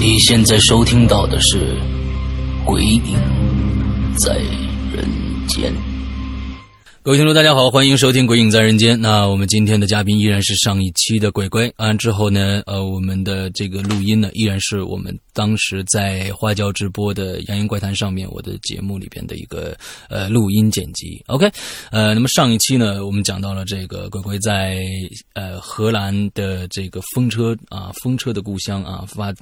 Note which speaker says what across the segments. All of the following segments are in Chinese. Speaker 1: 你现在收听到的是《鬼影在人间》。各位听众，大家好，欢迎收听《鬼影在人间》。那我们今天的嘉宾依然是上一期的鬼鬼。完之后呢，呃，我们的这个录音呢，依然是我们当时在花椒直播的《扬言怪谈》上面我的节目里边的一个呃录音剪辑。OK，呃，那么上一期呢，我们讲到了这个鬼鬼在呃荷兰的这个风车啊，风车的故乡啊，发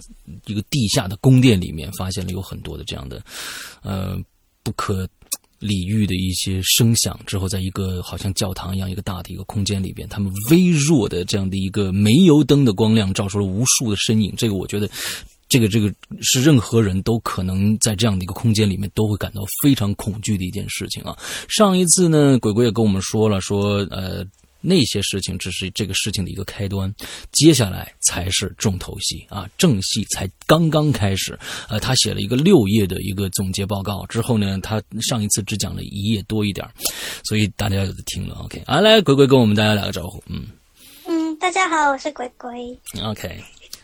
Speaker 1: 一个地下的宫殿里面发现了有很多的这样的呃不可理喻的一些声响之后，在一个好像教堂一样一个大的一个空间里边，他们微弱的这样的一个煤油灯的光亮照出了无数的身影。这个我觉得，这个这个是任何人都可能在这样的一个空间里面都会感到非常恐惧的一件事情啊。上一次呢，鬼鬼也跟我们说了，说呃。那些事情只是这个事情的一个开端，接下来才是重头戏啊，正戏才刚刚开始。呃，他写了一个六页的一个总结报告，之后呢，他上一次只讲了一页多一点儿，所以大家听了 OK 啊，来鬼鬼跟我们大家打个招呼，嗯
Speaker 2: 嗯，大家好，我是鬼鬼。
Speaker 1: ，OK。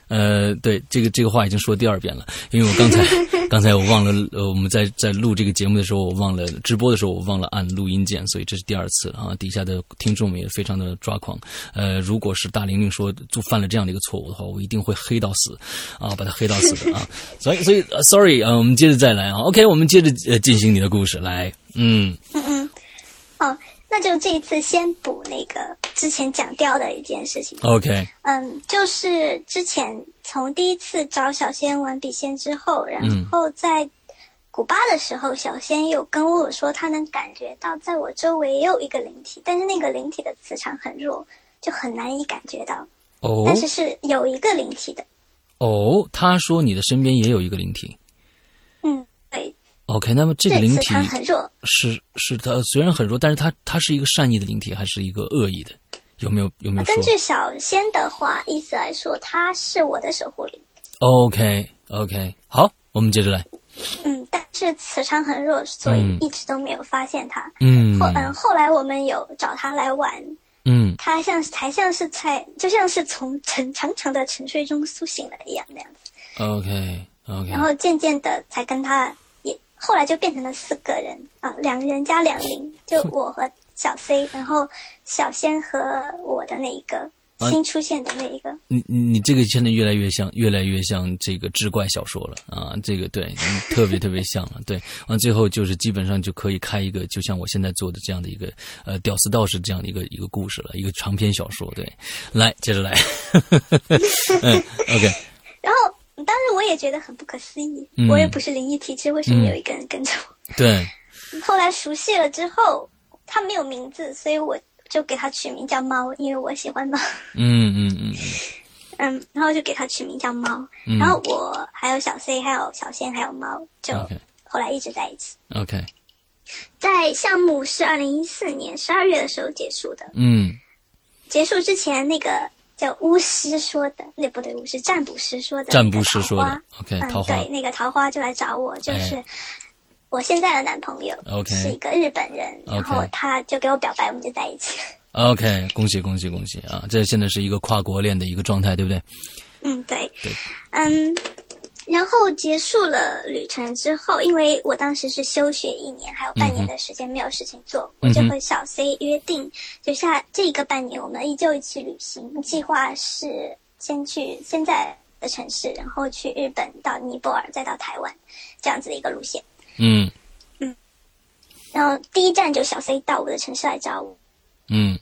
Speaker 1: 呃，对，这个这个话已经说第二遍了，因为我刚 才刚才我忘了，呃，我们在在录这个节目的时候，我忘了直播的时候，我忘了按录音键，所以这是第二次了啊。底下的听众们也非常的抓狂，呃，如果是大玲玲说就犯了这样的一个错误的话，我一定会黑到死啊，把他黑到死的啊。所以所以、呃 sorry 啊、我们接着再来啊。OK，我们接着呃进行你的故事来，嗯
Speaker 2: 嗯嗯，哦，那就这一次先补那个之前讲掉的一件事情。
Speaker 1: ，OK，
Speaker 2: 嗯，就是之前从第一次找小仙玩笔仙之后，
Speaker 1: 嗯
Speaker 2: 然后在古巴的时候，小仙有跟我说，他能感觉到在我周围也有一个灵体，但是那个灵体的磁场很弱，就很难以感觉到，
Speaker 1: 哦
Speaker 2: 但是是有一个灵体的。
Speaker 1: 哦，他说你的身边也有一个灵体
Speaker 2: 嗯，对，
Speaker 1: ，OK，那么这个
Speaker 2: 这
Speaker 1: 灵
Speaker 2: 次
Speaker 1: 体
Speaker 2: 它很弱。
Speaker 1: 是是他虽然很弱，但是他他是一个善意的灵体，还是一个恶意的？有没有有没有说
Speaker 2: 根据小仙的话，意思来说，它是我的守护灵。
Speaker 1: ？OK OK，好，我们接着来。
Speaker 2: 嗯，但是磁场很弱，所以一直都没有发现他。
Speaker 1: 嗯
Speaker 2: 后嗯，后来我们有找他来玩，
Speaker 1: 嗯
Speaker 2: 他像是才像是才就像是从沉长长的沉睡中苏醒了一样那样
Speaker 1: 啊
Speaker 2: 子，
Speaker 1: ，OK OK，
Speaker 2: 然后渐渐的才跟他也后来就变成了四个人啊、两人加两灵，就我和小 C，然后小仙和我的那一个
Speaker 1: 啊
Speaker 2: 新出现的那一个，
Speaker 1: 你你你这个现在越来越像，越来越像这个志怪小说了啊！这个对，嗯特别特别像了。对，完最后就是基本上就可以开一个，就像我现在做的这样的一个呃屌丝道士这样的一个一个故事了，一个长篇小说。对，来接着来。 嗯，OK，
Speaker 2: 然后。当时我也觉得很不可思议，
Speaker 1: 嗯
Speaker 2: 我也不是灵异体质，为什么有一个人跟着我？
Speaker 1: 对，
Speaker 2: 后来熟悉了之后，它没有名字，所以我就给它取名叫猫，因为我喜欢猫。
Speaker 1: 嗯嗯嗯
Speaker 2: 嗯，然后就给它取名叫猫。
Speaker 1: 嗯
Speaker 2: 然后我还有小 C，还有小仙，还有猫，就
Speaker 1: OK
Speaker 2: 后来一直在一起。
Speaker 1: 嗯，OK，
Speaker 2: 在项目是二零一四年十二月的时候结束的。
Speaker 1: 嗯。
Speaker 2: 结束之前，那个叫巫师说的，那不对，巫师占卜师说的，
Speaker 1: 占卜师说
Speaker 2: 那
Speaker 1: 的
Speaker 2: 个
Speaker 1: ，OK，桃
Speaker 2: 桃花
Speaker 1: 花
Speaker 2: 嗯，对，那个桃花就来找我，就是
Speaker 1: 哎
Speaker 2: 我现在的男朋友
Speaker 1: OK
Speaker 2: 是一个日本人，然后
Speaker 1: OK
Speaker 2: 他就给我表白，我们就在一起了。
Speaker 1: 啊，OK，恭喜恭喜恭喜啊！这现在是一个跨国恋的一个状态，对不对？
Speaker 2: 嗯，对
Speaker 1: 对，
Speaker 2: 嗯，然后结束了旅程之后，因为我当时是休学一年，还有半年的时间没有事情做，我就
Speaker 1: 嗯嗯哼
Speaker 2: 和小 C 约定，就下这个半年我们依旧一起旅行。计划是先去现在的城市，然后去日本，到尼泊尔，再到台湾，这样子的一个路线。
Speaker 1: 嗯
Speaker 2: 然后第一站就小 C 到我的城市来找我，
Speaker 1: 嗯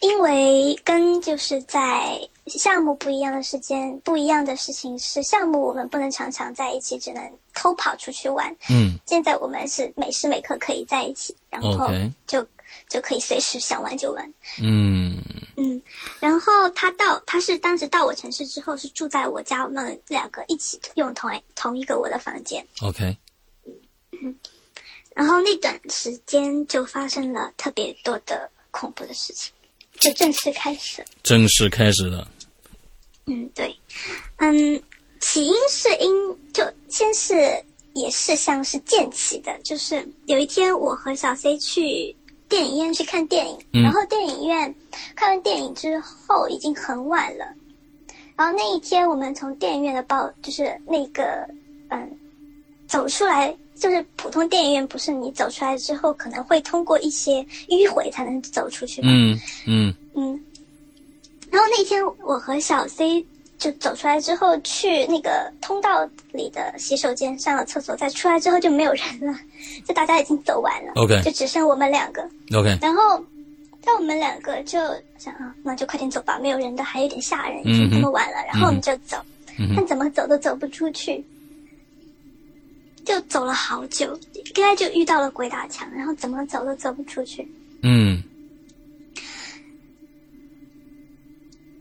Speaker 2: 因为跟就是在项目不一样的时间，不一样的事情是项目我们不能常常在一起，只能偷跑出去玩。
Speaker 1: 嗯
Speaker 2: 现在我们是每时每刻可以在一起，然后
Speaker 1: OK
Speaker 2: 就就可以随时想玩就玩。
Speaker 1: 嗯
Speaker 2: 嗯，然后他到他是当时到我城市之后是住在我家，我们两个一起用同一同一个我的房间。
Speaker 1: ，OK，
Speaker 2: 然后那段时间就发生了特别多的恐怖的事情，就正式开始。
Speaker 1: 正式开始了。
Speaker 2: 嗯，对，嗯，起因是因就先是也是像是渐起的，就是有一天我和小 C 去电影院去看电影，
Speaker 1: 嗯
Speaker 2: 然后电影院看完电影之后已经很晚了，然后那一天我们从电影院的包就是那个嗯走出来。就是普通电影院，不是你走出来之后，可能会通过一些迂回才能走出去嘛。
Speaker 1: 嗯嗯
Speaker 2: 嗯，然后那天我和小 C 就走出来之后，去那个通道里的洗手间上了厕所，再出来之后就没有人了， 就大家已经走完了
Speaker 1: OK
Speaker 2: 就只剩我们两个。
Speaker 1: ，OK，
Speaker 2: 然后，但我们两个就想啊，那就快点走吧，没有人的还有点吓人，已经这么晚了。然后我们就走，
Speaker 1: 嗯哼
Speaker 2: 但怎么走都走不出去，就走了好久，应该就遇到了鬼打墙，然后怎么走都走不出去。
Speaker 1: 嗯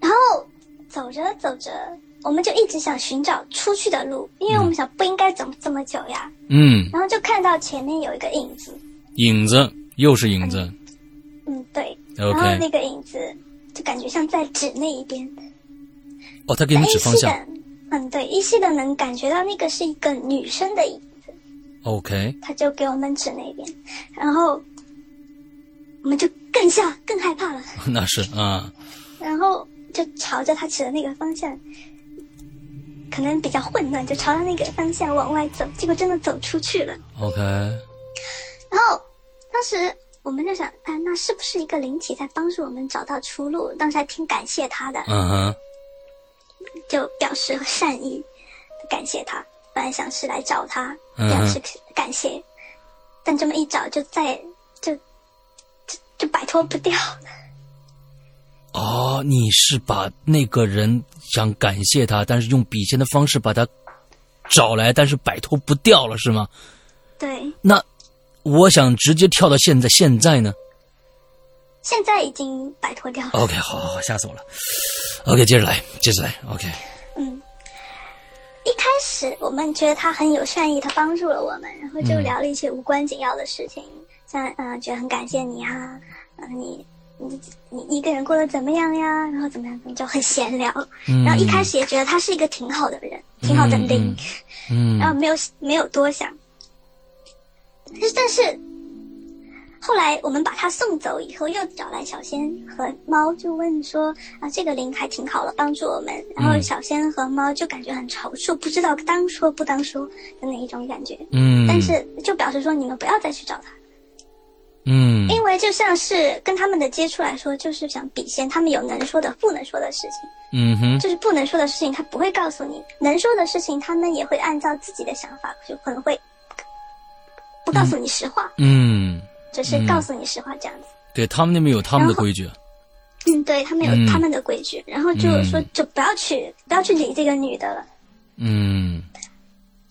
Speaker 2: 然后走着走着，我们就一直想寻找出去的路，因为我们想不应该走这么久呀。
Speaker 1: 嗯，
Speaker 2: 然后就看到前面有一个影子，
Speaker 1: 影子又是影子。
Speaker 2: 嗯，对。然后
Speaker 1: OK，
Speaker 2: 那个影子就感觉像在指那一边，
Speaker 1: 哦，他给你
Speaker 2: 依
Speaker 1: 指
Speaker 2: 稀
Speaker 1: 方向。
Speaker 2: 的，嗯，对，依稀的能感觉到那个是一个女生的影，
Speaker 1: OK，
Speaker 2: 他就给我们指那边，然后我们就更吓、更害怕了，
Speaker 1: 那是啊，
Speaker 2: 然后就朝着他指的那个方向。可能比较混乱，就朝着那个方向往外走，结果真的走出去了。
Speaker 1: OK，
Speaker 2: 然后当时我们就想，哎，那是不是一个灵体在帮助我们找到出路？当时还挺感谢他的，
Speaker 1: 嗯哼，
Speaker 2: 就表示善意，感谢他。本来想是来找他
Speaker 1: 嗯
Speaker 2: 表示感谢，但这么一找就再就就就摆脱不掉。
Speaker 1: 哦，你是把那个人想感谢他，但是用笔仙的方式把他找来，但是摆脱不掉了，是吗？
Speaker 2: 对，
Speaker 1: 那我想直接跳到现在，现在呢
Speaker 2: 现在已经摆脱掉了。
Speaker 1: ？OK，好好好，吓死我了。OK，接着来，接着来。OK，
Speaker 2: 嗯，一开始我们觉得他很有善意，他帮助了我们，然后
Speaker 1: 嗯
Speaker 2: 就聊了一些无关紧要的事情，像嗯、呃觉得很感谢你啊，呃，你你你一个人过得怎么样呀？然后怎么样，就很闲聊。
Speaker 1: 嗯
Speaker 2: 然后一开始也觉得他是一个挺好的人，挺好的灵，
Speaker 1: 嗯
Speaker 2: 然后没有没有多想。但是但是后来我们把他送走以后，又找来小仙和猫，就问说啊，这个灵还挺好的，帮助我们。然后
Speaker 1: 嗯
Speaker 2: 小仙和猫就感觉很踌躇，不知道当说不当说的那一种感觉。
Speaker 1: 嗯，
Speaker 2: 但是就表示说你们不要再去找他，
Speaker 1: 嗯
Speaker 2: 因为就像是跟他们的接触来说，就是想比仙，他们有能说的、不能说的事情。
Speaker 1: 嗯哼，
Speaker 2: 就是不能说的事情，他不会告诉你；能说的事情，他们也会按照自己的想法，就可能会不告诉你实话，
Speaker 1: 嗯，
Speaker 2: 只是告诉你实话这样子。
Speaker 1: 对他们那边有他们的
Speaker 2: 然后
Speaker 1: 规矩。
Speaker 2: 嗯，对他们有
Speaker 1: 嗯
Speaker 2: 他们的规矩，然后就说就不要去不要去理这个女的了。
Speaker 1: 嗯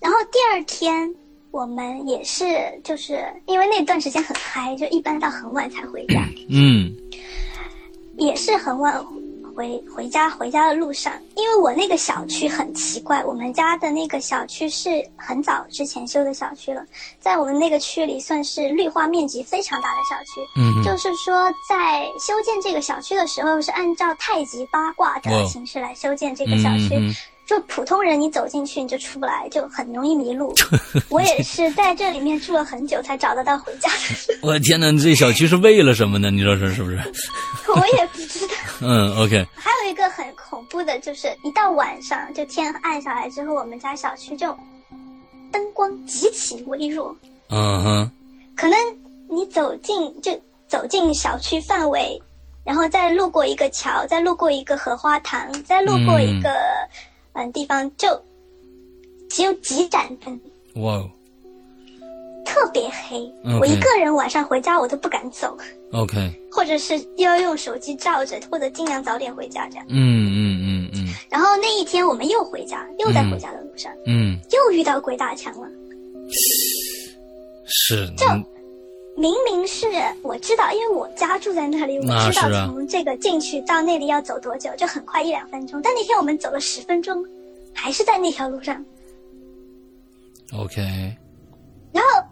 Speaker 2: 然后第二天我们也是就是因为那段时间很嗨，就一般到很晚才回家，
Speaker 1: 嗯
Speaker 2: 也是很晚回回家回家的路上，因为我那个小区很奇怪，我们家的那个小区是很早之前修的小区了，在我们那个区里算是绿化面积非常大的小区。
Speaker 1: 嗯哼，
Speaker 2: 就是说，在修建这个小区的时候，是按照太极八卦
Speaker 1: 哇
Speaker 2: 的形式来修建这个小区。
Speaker 1: 嗯嗯嗯
Speaker 2: 就普通人，你走进去你就出不来，就很容易 迷路。我也是在这里面住了很久，才找得到回家的
Speaker 1: 我的天哪，这小区是为了什么呢？你说是是不是？
Speaker 2: 路，我也不知道。
Speaker 1: 嗯，OK，
Speaker 2: 还有一个很恐怖的，就是一到晚上，就天暗下来之后，我们家小区就灯光极其微弱，
Speaker 1: 嗯哼，
Speaker 2: 可能你走进就走进小区范围，然后再路过一个桥，再路过一个荷花塘，再路过一个嗯、地方，就只有几盏灯，
Speaker 1: 哇哦，
Speaker 2: 特特别黑
Speaker 1: OK
Speaker 2: 我一个人晚上回家我都不敢走，
Speaker 1: OK，
Speaker 2: 或者是要用手机照着，或者尽量早点回家这样。
Speaker 1: 嗯嗯嗯嗯
Speaker 2: 然后那一天我们又回家，又在回家的路上、
Speaker 1: 嗯，
Speaker 2: 又遇到鬼打墙了。
Speaker 1: 是，嗯
Speaker 2: 明明是我知道，因为我家住在那里，
Speaker 1: 那
Speaker 2: 我
Speaker 1: 是
Speaker 2: 知
Speaker 1: 啊
Speaker 2: 道从这个进去到那里要走多久，就很快一两分钟。但那天我们走了十分钟，还是在那条路上，
Speaker 1: OK，
Speaker 2: 然后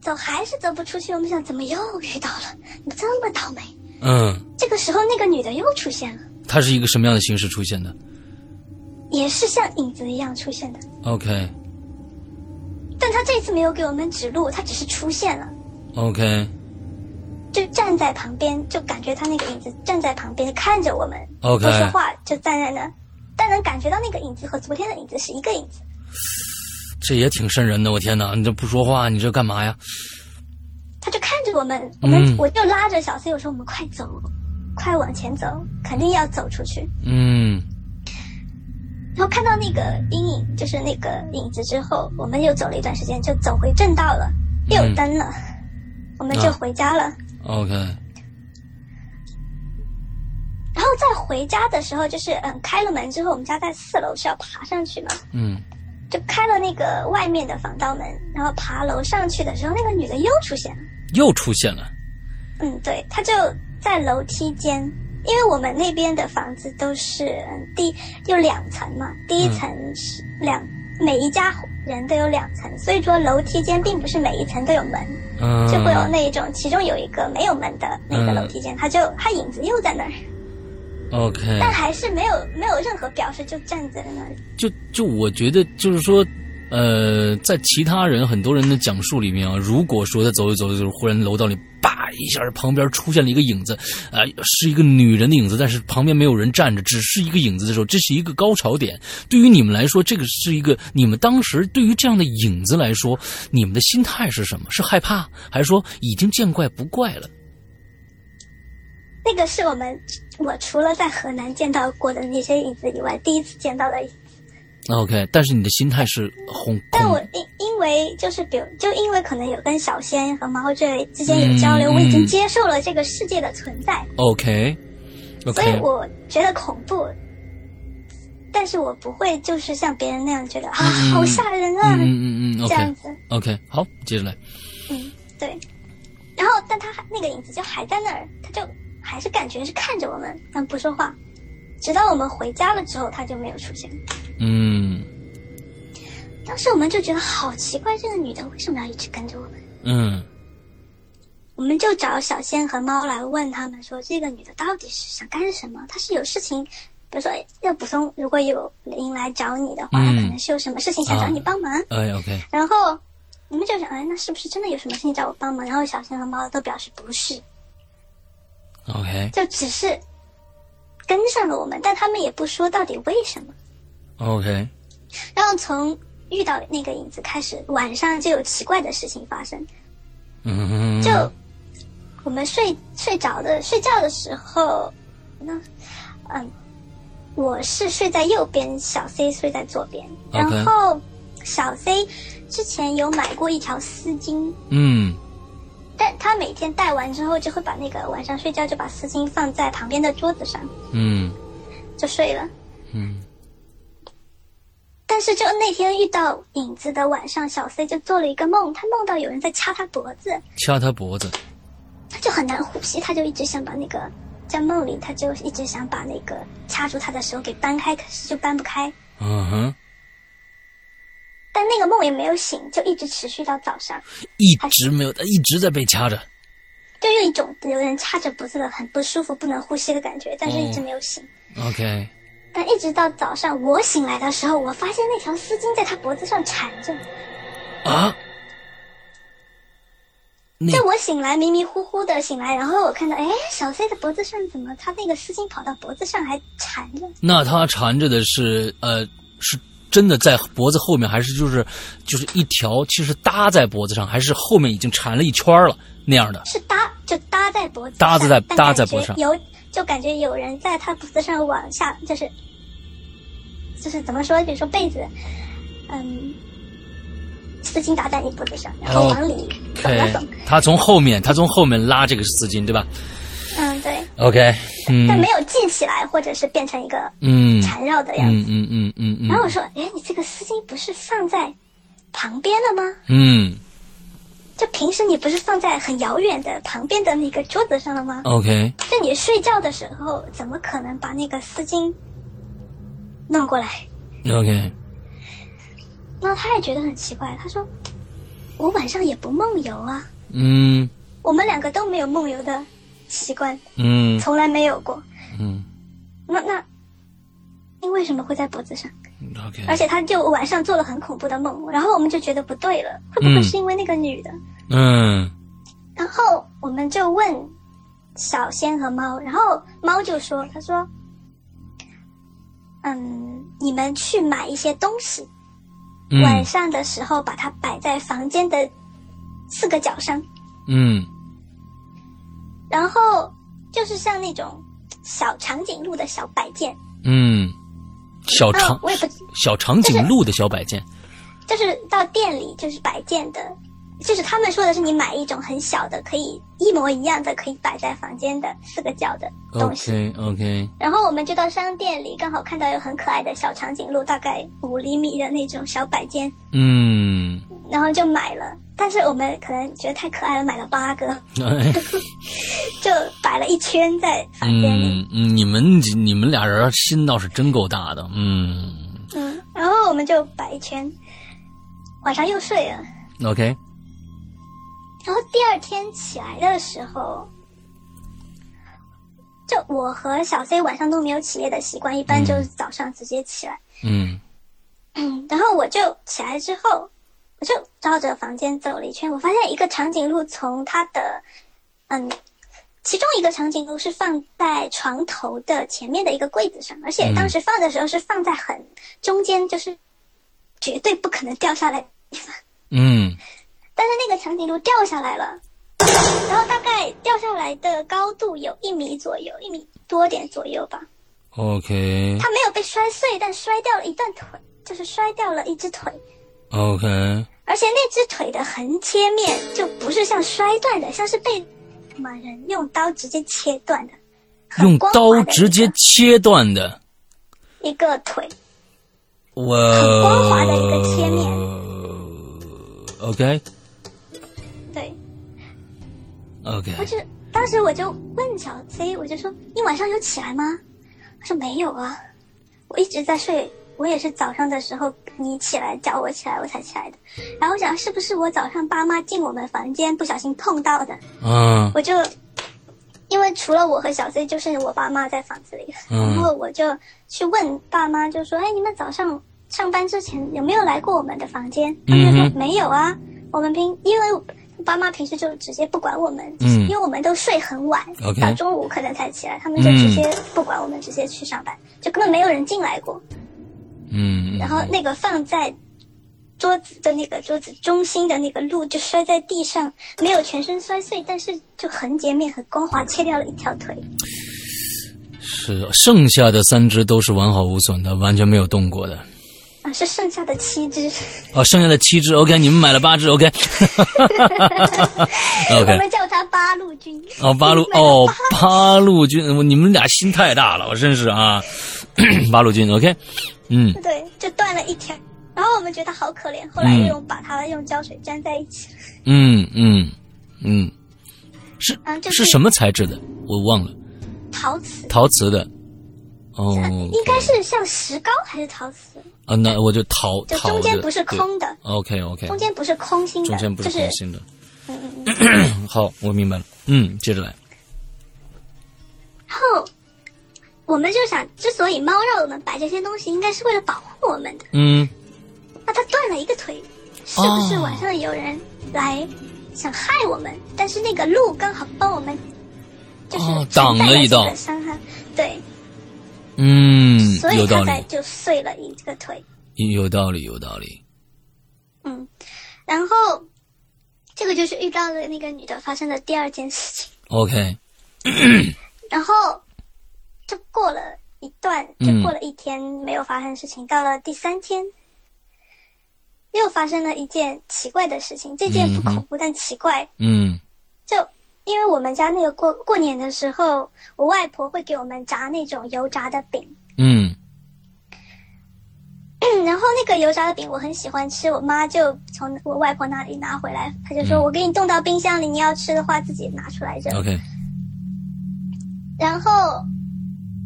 Speaker 2: 走还是走不出去。我们想，怎么又遇到了？怎么这么倒霉？
Speaker 1: 嗯，
Speaker 2: 这个时候，那个女的又出现了，
Speaker 1: 它是一个什么样的形式出现的
Speaker 2: 也是像影子一样出现的，
Speaker 1: ？OK
Speaker 2: 但她这次没有给我们指路，她只是出现了。
Speaker 1: OK
Speaker 2: 就站在旁边，就感觉她那个影子站在旁边看着我们
Speaker 1: OK
Speaker 2: 不说话，就站在那，但能感觉到那个影子和昨天的影子是一个影子。
Speaker 1: 这也挺瘆人的，我天哪！你这不说话，你这干嘛呀？
Speaker 2: 他就看着我们，我们、
Speaker 1: 嗯
Speaker 2: 我就拉着小 C 我说我们快走，快往前走，肯定要走出去。
Speaker 1: 嗯
Speaker 2: 然后看到那个阴影，就是那个影子之后，我们又走了一段时间，就走回正道了，又有灯了，我们就
Speaker 1: 嗯啊
Speaker 2: 回家了。
Speaker 1: ，OK，
Speaker 2: 然后再回家的时候，就是嗯，开了门之后，我们家在四楼是要爬上去嘛，
Speaker 1: 嗯
Speaker 2: 就开了那个外面的防盗门，然后爬楼上去的时候，那个女的又出现了。
Speaker 1: 又出现了。
Speaker 2: 嗯，对，他就在楼梯间，因为我们那边的房子都是嗯第有两层嘛，第一层是两、每一家人都有两层，所以说楼梯间并不是每一层都有门，
Speaker 1: 嗯，
Speaker 2: 就会有那种其中有一个没有门的那个楼梯间，他就他影子又在那儿，
Speaker 1: OK，
Speaker 2: 但还是没有没有任何表示，就站在那里。
Speaker 1: 就就我觉得就是说，呃，在其他人很多人的讲述里面啊，如果说他走着走着，就是忽然楼道里叭一下，旁边出现了一个影子，啊、是一个女人的影子，但是旁边没有人站着，只是一个影子的时候，这是一个高潮点。对于你们来说，这个是一个你们当时对于这样的影子来说，你们的心态是什么？是害怕，还是说已经见怪不怪了？
Speaker 2: 那个是我们我除了在河南见到过的那些影子以外，第一次见到的影子
Speaker 1: OK，但是你的心态是恐
Speaker 2: 但我
Speaker 1: 恐
Speaker 2: 因因为就是比如就因为可能有跟小仙和毛这之间有交流，
Speaker 1: 嗯
Speaker 2: 我已
Speaker 1: 嗯
Speaker 2: 经接受了这个世界的存在，
Speaker 1: OK OK，
Speaker 2: 所以我觉得恐怖，但是我不会就是像别人那样觉得啊
Speaker 1: 嗯嗯
Speaker 2: 好吓人啊、
Speaker 1: 嗯嗯嗯嗯
Speaker 2: 这样
Speaker 1: ，OK
Speaker 2: 子，
Speaker 1: OK，好，接着来。
Speaker 2: 嗯对。然后但他还那个影子就还在那儿，他就还是感觉是看着我们，但不说话，直到我们回家了之后，他就没有出现。
Speaker 1: 嗯
Speaker 2: 当时我们就觉得好奇怪，这个女的为什么要一直跟着我们？
Speaker 1: 嗯
Speaker 2: 我们就找小仙和猫来问他们说，这个女的到底是想干什么？她是有事情，比如说要补充，如果有人来找你的话，
Speaker 1: 嗯
Speaker 2: 可能是有什么事情想找你帮忙。
Speaker 1: 哎 OK，
Speaker 2: 然后我们就想，哎，那是不是真的有什么事情找我帮忙？然后小仙和猫都表示不是，
Speaker 1: OK
Speaker 2: 就只是跟上了我们，但他们也不说到底为什么。
Speaker 1: OK，
Speaker 2: 然后从遇到那个影子开始，晚上就有奇怪的事情发生。
Speaker 1: 嗯，
Speaker 2: 就我们睡睡着的睡觉的时候，那嗯，我是睡在右边，小 C 睡在左边。
Speaker 1: OK
Speaker 2: 然后小 C 之前有买过一条丝巾，
Speaker 1: 嗯
Speaker 2: 但他每天戴完之后，就会把那个晚上睡觉就把丝巾放在旁边的桌子上
Speaker 1: 嗯
Speaker 2: 就睡了。
Speaker 1: 嗯
Speaker 2: 但是就那天遇到影子的晚上，小 C 就做了一个梦，他梦到有人在掐他脖子，
Speaker 1: 掐他脖子，
Speaker 2: 他就很难呼吸，他就一直想把那个在梦里，他就一直想把那个掐住他的手给搬开，可是就搬不开。
Speaker 1: 嗯哼，
Speaker 2: 但那个梦也没有醒，就一直持续到早上，
Speaker 1: 一直没有，一直在被掐着。
Speaker 2: 就有一种有人掐着脖子的很不舒服、不能呼吸的感觉，但是一直没有醒。
Speaker 1: OK，
Speaker 2: 但一直到早上我醒来的时候，我发现那条丝巾在他脖子上缠着。
Speaker 1: 啊，那
Speaker 2: 就我醒来迷迷糊糊的醒来，然后我看到，哎，小 C 的脖子上怎么他那个丝巾跑到脖子上还缠着？
Speaker 1: 那他缠着的是呃是。真的在脖子后面，还是就是就是一条，其实搭在脖子上，还是后面已经缠了一圈了那样的。
Speaker 2: 是搭就搭在脖子上，
Speaker 1: 搭子在
Speaker 2: 但
Speaker 1: 搭在
Speaker 2: 感觉
Speaker 1: 脖子上
Speaker 2: 有就感觉有人在他脖子上往下，就是就是怎么说，比如说被子，嗯，丝巾搭在你脖子上，然
Speaker 1: 哦
Speaker 2: 后往里
Speaker 1: OK，他从后面，他从后面拉这个丝巾，对吧？
Speaker 2: 嗯，对。
Speaker 1: OK，嗯，
Speaker 2: 但没有系起来，或者是变成一个
Speaker 1: 嗯
Speaker 2: 缠绕的样子。
Speaker 1: 嗯嗯嗯嗯。
Speaker 2: 然后我说，哎，你这个丝巾不是放在旁边的吗？
Speaker 1: 嗯
Speaker 2: 就平时你不是放在很遥远的旁边的那个桌子上了吗？
Speaker 1: ，OK，
Speaker 2: 就你睡觉的时候，怎么可能把那个丝巾弄过来？
Speaker 1: OK，
Speaker 2: 那他也觉得很奇怪，他说：“我晚上也不梦游啊，
Speaker 1: 嗯
Speaker 2: 我们两个都没有梦游的习惯，
Speaker 1: 嗯
Speaker 2: 从来没有过。
Speaker 1: 嗯
Speaker 2: 那那你为什么会在脖子上？
Speaker 1: ，OK，
Speaker 2: 而且他就晚上做了很恐怖的梦，然后我们就觉得不对了，会不会是因为那个女的？
Speaker 1: 嗯
Speaker 2: 然后我们就问小仙和猫，然后猫就说：“他说，嗯，你们去买一些东西，晚
Speaker 1: 嗯
Speaker 2: 上的时候把它摆在房间的四个角上，
Speaker 1: 嗯
Speaker 2: 然后就是像那种小长颈鹿的小摆件，
Speaker 1: 嗯，小
Speaker 2: 嗯、
Speaker 1: 长
Speaker 2: 我也不
Speaker 1: 小长颈鹿的小摆件，
Speaker 2: 就是到店里就是摆件的，就是他们说的是你买一种很小的，可以一模一样的，可以摆在房间的四个角的东西。
Speaker 1: OK OK，
Speaker 2: 然后我们就到商店里，刚好看到有很可爱的小长颈鹿，大概五厘米的那种小摆件，
Speaker 1: 嗯，
Speaker 2: 然后就买了。但是我们可能觉得太可爱了，买了八个，
Speaker 1: 哎，
Speaker 2: 就摆了一圈在房间里。
Speaker 1: 嗯嗯，你们你们俩人心倒是真够大的，嗯
Speaker 2: 嗯然后我们就摆一圈，晚上又睡了。
Speaker 1: ，OK，
Speaker 2: 然后第二天起来的时候，就我和小 C 晚上都没有起夜的习惯，一般就是早上直接起来。
Speaker 1: 嗯
Speaker 2: 嗯，然后我就起来之后，我就绕着房间走了一圈，我发现一个长颈鹿从它的，嗯，其中一个长颈鹿是放在床头的前面的一个柜子上，而且当时放的时候是放在很中间，就是绝对不可能掉下来的地方。
Speaker 1: 嗯
Speaker 2: 但是那个长颈鹿掉下来了，然后大概掉下来的高度有一米左右，一米多点左右吧。
Speaker 1: ，OK
Speaker 2: 它没有被摔碎，但摔掉了一段腿，就是摔掉了一只腿，
Speaker 1: OK，
Speaker 2: 而且那只腿的横切面就不是像摔断的，像是被什么人用刀直接切断的，很
Speaker 1: 用
Speaker 2: 光滑
Speaker 1: 刀
Speaker 2: 的
Speaker 1: 直接切断的，
Speaker 2: 一个腿。
Speaker 1: 我
Speaker 2: 光滑的一个切面
Speaker 1: OK
Speaker 2: 对，
Speaker 1: OK，
Speaker 2: 但是当时我就问小 C，我就说你晚上有起来吗？他说没有啊，我一直在睡，我也是早上的时候你起来叫我起来我才起来的。然后我想是不是我早上爸妈进我们房间不小心碰到的？
Speaker 1: 嗯
Speaker 2: 我就因为除了我和小 C 就剩我爸妈在房子里，
Speaker 1: 嗯
Speaker 2: 然后我就去问爸妈，就说哎你们早上上班之前有没有来过我们的房间？他们就说
Speaker 1: 嗯哼
Speaker 2: 没有啊，我们平因为。爸妈平时就直接不管我们，
Speaker 1: 嗯
Speaker 2: 因为我们都睡很晚
Speaker 1: OK
Speaker 2: 到中午可能才起来，他们就直接不管我们，直接去上班，就根本没有人进来过。
Speaker 1: 嗯，
Speaker 2: 然后那个放在桌子的那个桌子中心的那个鹿就摔在地上，没有全身摔碎，但是就横截面很光滑，切掉了一条腿。
Speaker 1: 是剩下的三只都是完好无损的，完全没有动过的。
Speaker 2: 啊，是剩下的七只。
Speaker 1: 哦，剩下的七只 OK，你们买了八只 OK，
Speaker 2: 我
Speaker 1: OK，
Speaker 2: 们叫它八路军。
Speaker 1: 哦八路哦八路军，你们俩心太大了，我真是啊， 八路军 OK，嗯
Speaker 2: 对，就断了一条。然后我们觉得好可怜，后来
Speaker 1: 嗯
Speaker 2: 用把它用胶水粘在一起了。
Speaker 1: 嗯嗯嗯，是
Speaker 2: 嗯就
Speaker 1: 是
Speaker 2: 是
Speaker 1: 什么材质的？我忘了，
Speaker 2: 陶瓷，
Speaker 1: 陶瓷的。哦，
Speaker 2: 应该是像石膏还是陶瓷？
Speaker 1: 啊，那我就陶
Speaker 2: 就
Speaker 1: 陶
Speaker 2: 中间
Speaker 1: 的
Speaker 2: 不是
Speaker 1: 对
Speaker 2: 空的，
Speaker 1: OK OK，
Speaker 2: 中间不是空心的，
Speaker 1: 中间不是
Speaker 2: 就
Speaker 1: 空
Speaker 2: 是嗯
Speaker 1: 心的。 好，我明白了。嗯，接着来。
Speaker 2: 然后我们就想，之所以猫让我们摆这些东西，应该是为了保护我们的。
Speaker 1: 嗯
Speaker 2: 那它断了一个腿，是不是晚上有人来想害我们？但是那个鹿刚好帮我们，就是
Speaker 1: 哦挡了一道
Speaker 2: 承担这个伤害，对，
Speaker 1: 嗯，
Speaker 2: 所以
Speaker 1: 有道
Speaker 2: 它
Speaker 1: 理
Speaker 2: 才，就碎了一个腿。
Speaker 1: 有道理，有道理。
Speaker 2: 嗯，然后这个就是遇到了那个女的发生的第二件事情。
Speaker 1: OK，
Speaker 2: 然后就过了一段，就
Speaker 1: 嗯
Speaker 2: 过了一天没有发生事情。到了第三天，又发生了一件奇怪的事情，这件不恐怖、
Speaker 1: 嗯、
Speaker 2: 但奇怪。
Speaker 1: 嗯，
Speaker 2: 就因为我们家那个过过年的时候，我外婆会给我们炸那种油炸的饼。嗯
Speaker 1: 嗯，
Speaker 2: 然后那个油炸的饼我很喜欢吃，我妈就从我外婆那里拿回来，她就说：“
Speaker 1: 嗯
Speaker 2: 我给你冻到冰箱里，你要吃的话自己拿出来扔。”
Speaker 1: OK，
Speaker 2: 然后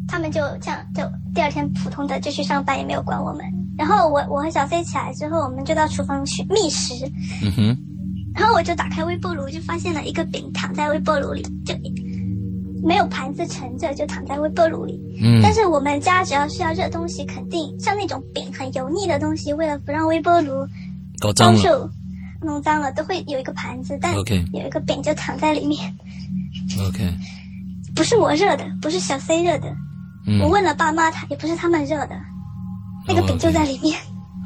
Speaker 2: 他们就这样，就第二天普通的就去上班，也没有管我们。然后我我和小飞起来之后，我们就到厨房去觅食。
Speaker 1: 嗯哼，
Speaker 2: 然后我就打开微波炉，就发现了一个饼躺在微波炉里，就没有盘子盛着，就躺在微波炉里。
Speaker 1: 嗯，
Speaker 2: 但是我们家只要是要热东西，肯定像那种饼很油腻的东西，为了不让微波炉
Speaker 1: 搞
Speaker 2: 遭
Speaker 1: 脏了。
Speaker 2: 受弄脏了，都会有一个盘子，但
Speaker 1: OK
Speaker 2: 有一个饼就躺在里面，
Speaker 1: OK，
Speaker 2: 不是我热的，不是小 C 热的，
Speaker 1: 嗯
Speaker 2: 我问了爸妈，他也不是他们热的，那个饼就在里面，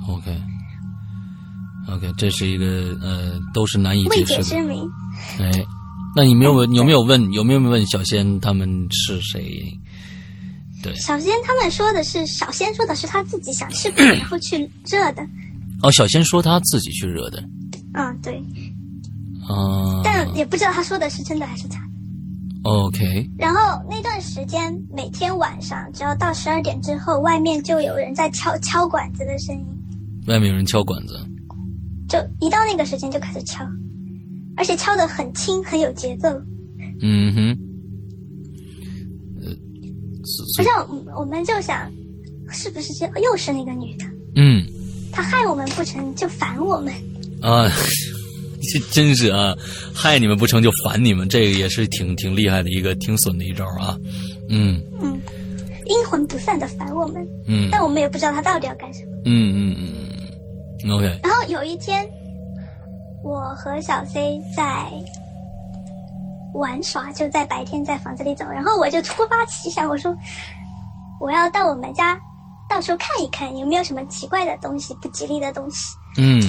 Speaker 1: 哦，OK。OK，这是一个呃，都是难以
Speaker 2: 未
Speaker 1: 解
Speaker 2: 解
Speaker 1: 释的。
Speaker 2: 之谜。
Speaker 1: 哎，那你没有问有没有问有没有问小仙他们是谁？对，
Speaker 2: 小仙他们说的是，小仙说的是他自己想吃饼，然后去热的。
Speaker 1: 哦，小仙说他自己去惹的。
Speaker 2: 嗯，对，
Speaker 1: 啊、
Speaker 2: 但也不知道他说的是真的还是假的。
Speaker 1: OK，
Speaker 2: 然后那段时间，每天晚上只要到十二点之后，外面就有人在敲敲管子的声音，
Speaker 1: 外面有人敲管子。
Speaker 2: 就一到那个时间就开始敲，而且敲得很轻，很有节奏，
Speaker 1: 嗯哼，呃，所
Speaker 2: 不
Speaker 1: 所以
Speaker 2: 像我们我们就想，是不是这又是那个女的？
Speaker 1: 嗯
Speaker 2: 她害我们不成就烦我们，
Speaker 1: 啊， 这真是啊，害你们不成就烦你们，这个也是挺挺厉害的一个挺损的一招啊。嗯
Speaker 2: 阴魂不散的烦我们，
Speaker 1: 嗯
Speaker 2: 但我们也不知道她到底要干什么。
Speaker 1: 嗯嗯嗯嗯，OK，
Speaker 2: 然后有一天，我和小 C 在玩耍，就在白天在房子里走，然后我就突发奇想，我说我要到我们家到处看一看，有没有什么奇怪的东西、不吉利的东西。
Speaker 1: 嗯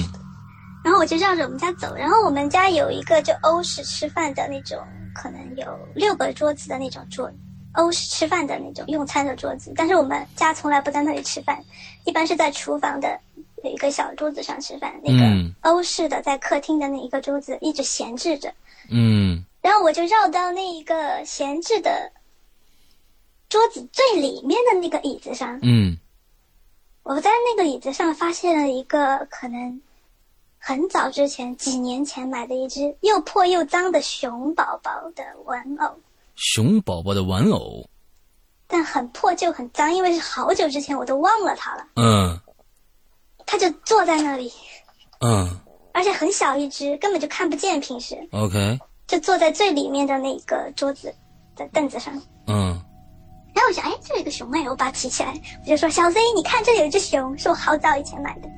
Speaker 2: 然后我就绕着我们家走，然后我们家有一个就欧式吃饭的那种，可能有六个桌子的那种桌，欧式吃饭的那种用餐的桌子，但是我们家从来不在那里吃饭，一般是在厨房的有一个小桌子上吃饭，那个
Speaker 1: 嗯
Speaker 2: 欧式的在客厅的那一个桌子一直闲置着，
Speaker 1: 嗯
Speaker 2: 然后我就绕到那一个闲置的桌子最里面的那个椅子上，
Speaker 1: 嗯
Speaker 2: 我在那个椅子上发现了一个可能很早之前几年前买的一只又破又脏的熊宝宝的玩偶，
Speaker 1: 熊宝宝的玩偶，
Speaker 2: 但很破旧很脏，因为是好久之前我都忘了它了。
Speaker 1: 嗯
Speaker 2: 它就坐在那里，
Speaker 1: 嗯
Speaker 2: 而且很小一只，根本就看不见，平时
Speaker 1: ，OK，
Speaker 2: 就坐在最里面的那个桌子的凳子上。
Speaker 1: 嗯
Speaker 2: 然后我想，哎，这有一个熊哎，我把它提起来，我就说小 C，你看这里有一只熊，是我好早以前买的。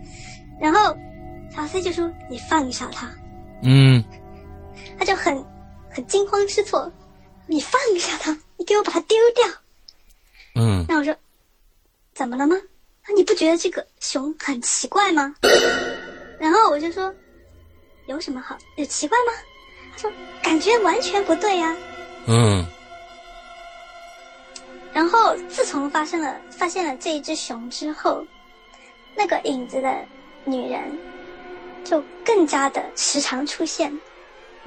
Speaker 2: 然后小 C 就说你放下它。
Speaker 1: 嗯
Speaker 2: 他就很很惊慌失措，你放下它，你给我把它丢掉。
Speaker 1: 嗯
Speaker 2: 那我说，怎么了吗？那你不觉得这个熊很奇怪吗？ 然后我就说，有什么好？有奇怪吗？他说感觉完全不对呀、
Speaker 1: 嗯
Speaker 2: 然后自从发生了发现了这一只熊之后，那个影子的女人就更加的时常出现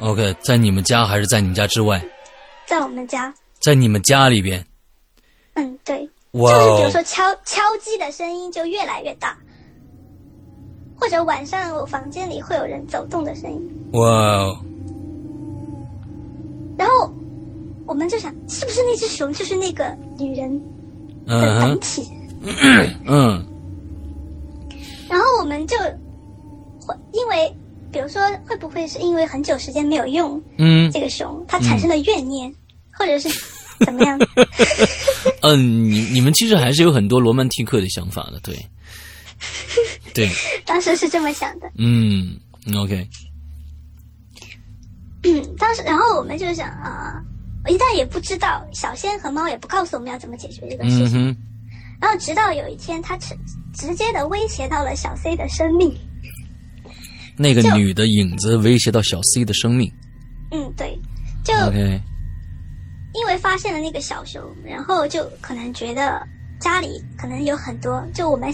Speaker 1: ，OK，在你们家还是在你们家之外？
Speaker 2: 在我们家。
Speaker 1: 在你们家里边，
Speaker 2: 嗯，对，
Speaker 1: 哇
Speaker 2: 就是比
Speaker 1: 哦
Speaker 2: 如说敲敲击的声音就越来越大，或者晚上我房间里会有人走动的声音，
Speaker 1: 哇哦，
Speaker 2: 然后我们就想是不是那只熊就是那个女人的
Speaker 1: 嗯
Speaker 2: 本
Speaker 1: 哼
Speaker 2: 体，
Speaker 1: 嗯。
Speaker 2: 然后我们就会因为比如说会不会是因为很久时间没有用
Speaker 1: 嗯
Speaker 2: 这个熊，它产生了怨念，或者是怎么 样？
Speaker 1: 嗯，你你们其实还是有很多罗曼蒂克的想法 的，对，对，
Speaker 2: 当时是这么想的。
Speaker 1: 嗯，OK，
Speaker 2: 嗯，当时，然后我们就想啊、一旦也不知道，小仙和猫也不告诉我们要怎么解决这个事
Speaker 1: 嗯
Speaker 2: 情。
Speaker 1: 哼，
Speaker 2: 然后直到有一天，他直直接的威胁到了小 C 的生命。
Speaker 1: 那个
Speaker 2: 就
Speaker 1: 女的影子威胁到小 C 的生命
Speaker 2: 嗯，对，就
Speaker 1: ，OK，
Speaker 2: 因为发现了那个小熊，然后就可能觉得家里可能有很多，就我们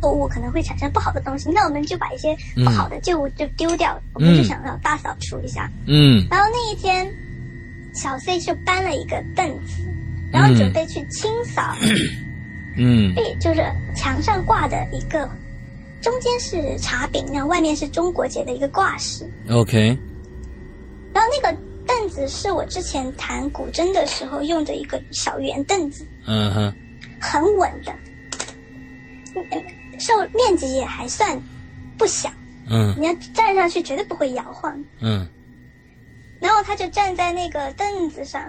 Speaker 2: 错误可能会产生不好的东西，那我们就把一些不好的旧物就丢掉，我们就想要大扫除一下。
Speaker 1: 嗯
Speaker 2: 然后那一天，小 C 就搬了一个凳子，然后准备去清扫，
Speaker 1: 嗯
Speaker 2: 哎、就是墙上挂的一个，中间是茶饼，然后外面是中国结的一个挂饰。
Speaker 1: ，OK，
Speaker 2: 然后那个凳子是我之前弹古筝的时候用的一个小圆凳子，
Speaker 1: 嗯哼，
Speaker 2: 很稳的，嗯受面积也还算不小，
Speaker 1: 嗯
Speaker 2: 你要站上去绝对不会摇晃。
Speaker 1: 嗯
Speaker 2: 然后他就站在那个凳子上，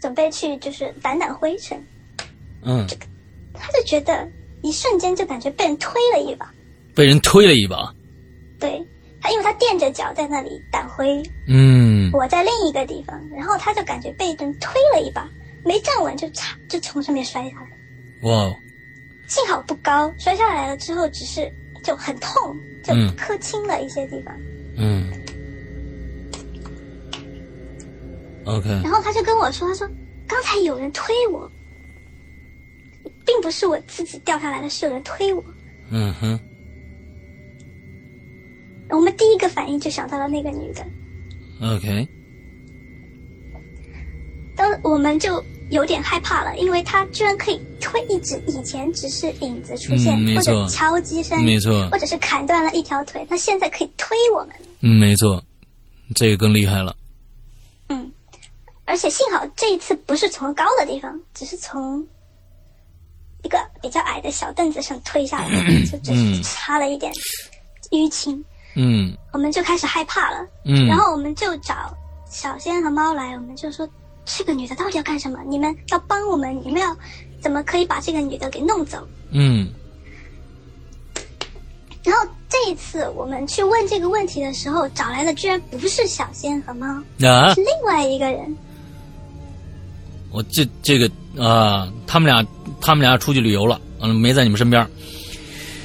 Speaker 2: 准备去就是掸掸灰尘，
Speaker 1: 嗯，
Speaker 2: 他就觉得一瞬间就感觉被人推了一把，
Speaker 1: 被人推了一把，
Speaker 2: 对他，因为他垫着脚在那里掸灰，
Speaker 1: 嗯
Speaker 2: 我在另一个地方，然后他就感觉被人推了一把，没站稳就嚓就从上面摔下来。
Speaker 1: 哇哦，
Speaker 2: 幸好不高，摔下来了之后只是就很痛，就
Speaker 1: 嗯
Speaker 2: 磕青了一些地方。
Speaker 1: 嗯，OK，
Speaker 2: 然后他就跟我说：“他说刚才有人推我，并不是我自己掉下来的，是有人推我。
Speaker 1: 嗯哼，”
Speaker 2: 我们第一个反应就想到了那个女的，
Speaker 1: ，OK，
Speaker 2: 当我们就有点害怕了，因为她居然可以推一只以前只是影子出现，
Speaker 1: 嗯没
Speaker 2: 或
Speaker 1: 错
Speaker 2: 者敲击声，
Speaker 1: 没错
Speaker 2: 或，者是砍断了一条腿，她现在可以推我们。
Speaker 1: 嗯没错，这个更厉害了，
Speaker 2: 嗯，而且幸好这一次不是从高的地方，只是从一个比较矮的小凳子上推下 来，就只是擦了一点淤青，
Speaker 1: 嗯
Speaker 2: 我们就开始害怕了。
Speaker 1: 嗯，
Speaker 2: 然后我们就找小仙和猫来，我们就说这个女的到底要干什么？你们要帮我们，你们要怎么可以把这个女的给弄走？
Speaker 1: 嗯
Speaker 2: 然后这一次我们去问这个问题的时候，找来的居然不是小仙和猫，
Speaker 1: 啊
Speaker 2: 是，另外一个人。
Speaker 1: 我这这个啊，他们俩他们俩出去旅游了，嗯，没在你们身边，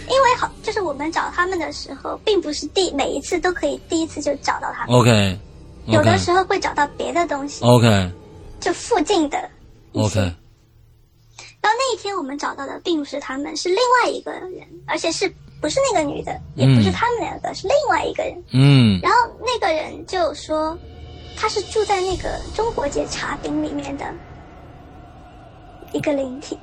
Speaker 2: 因为好，就是我们找他们的时候，并不是第每一次都可以第一次就找到他们
Speaker 1: o k
Speaker 2: 有
Speaker 1: o
Speaker 2: 的
Speaker 1: k
Speaker 2: 时候会找到别的东西，
Speaker 1: o k
Speaker 2: 就附近的一
Speaker 1: o
Speaker 2: 些。
Speaker 1: k
Speaker 2: 然后那一天我们找到的并不是他们，是另外一个人，而且是不是那个女的，也不是他们两个，是另外一个人。
Speaker 1: 嗯
Speaker 2: 然后那个人就说，他是住在那个中国结茶饼里面的一个灵体。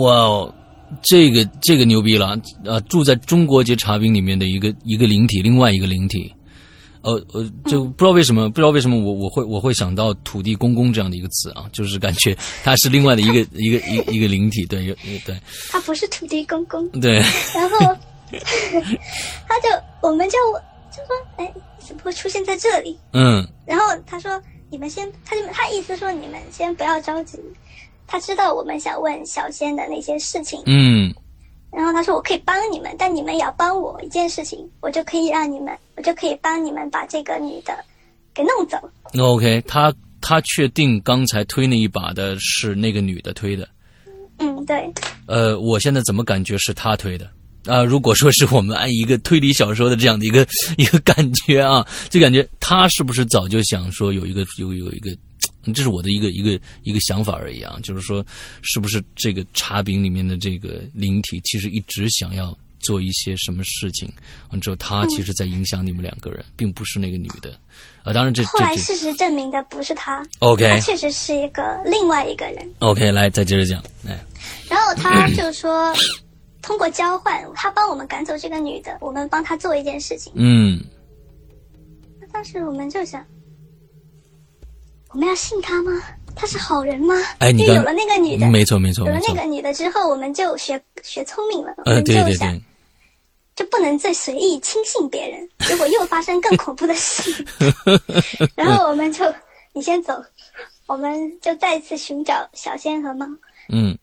Speaker 1: 哇哦，这个这个牛逼了啊！住在中国结茶饼里面的一个一个灵体，另外一个灵体，呃呃，就不知道为什么，不知道为什么我我会我会想到土地公公这样的一个词啊，就是感觉它是另外的一个一个一个一个灵体，对有对
Speaker 2: 他不是土地公 公，
Speaker 1: 对，
Speaker 2: 然后他就我们就就说，哎，怎么会出现在这里？
Speaker 1: 嗯
Speaker 2: 然后他说，你们先，他就他意思说你们先不要着急，他知道我们想问小仙的那些事情，
Speaker 1: 嗯
Speaker 2: 然后他说我可以帮你们，但你们也要帮我一件事情，我就可以让你们，我就可以帮你们把这个女的给弄走。
Speaker 1: ，OK，他他确定刚才推那一把的是那个女的推的，
Speaker 2: 嗯，对，
Speaker 1: 呃，我现在怎么感觉是他推的？啊、如果说是我们按一个推理小说的这样的一个 一个感觉啊，就感觉他是不是早就想说有一个有有一个，嗯这是我的一个一个一个想法而已啊，就是说是不是这个茶饼里面的这个灵体其实一直想要做一些什么事情，完之后他其实在影响你们两个人，并不是那个女的，啊，当然这
Speaker 2: 后
Speaker 1: 这哎
Speaker 2: 来
Speaker 1: 这
Speaker 2: 事实证明的不是他，他
Speaker 1: ，OK
Speaker 2: 确实是一个另外一个人。
Speaker 1: OK，来再接着讲，哎，
Speaker 2: 然后他就说， 通过交换，他帮我们赶走这个女的，我们帮他做一件事情。
Speaker 1: 嗯
Speaker 2: 当时我们就想，我们要信他吗？他是好人吗？
Speaker 1: 哎你
Speaker 2: 因为有
Speaker 1: 刚
Speaker 2: 了那个女的，
Speaker 1: 没错没错
Speaker 2: 有了
Speaker 1: 没
Speaker 2: 那
Speaker 1: 错，
Speaker 2: 个女的之后，我们就学学聪明了，我
Speaker 1: 呃，
Speaker 2: 们就
Speaker 1: 对
Speaker 2: 想
Speaker 1: 对对，
Speaker 2: 就不能再随意轻信别人，结果又发生更恐怖的事 情。然后我们就，你先走，我们就再次寻找小仙和猫。
Speaker 1: 嗯。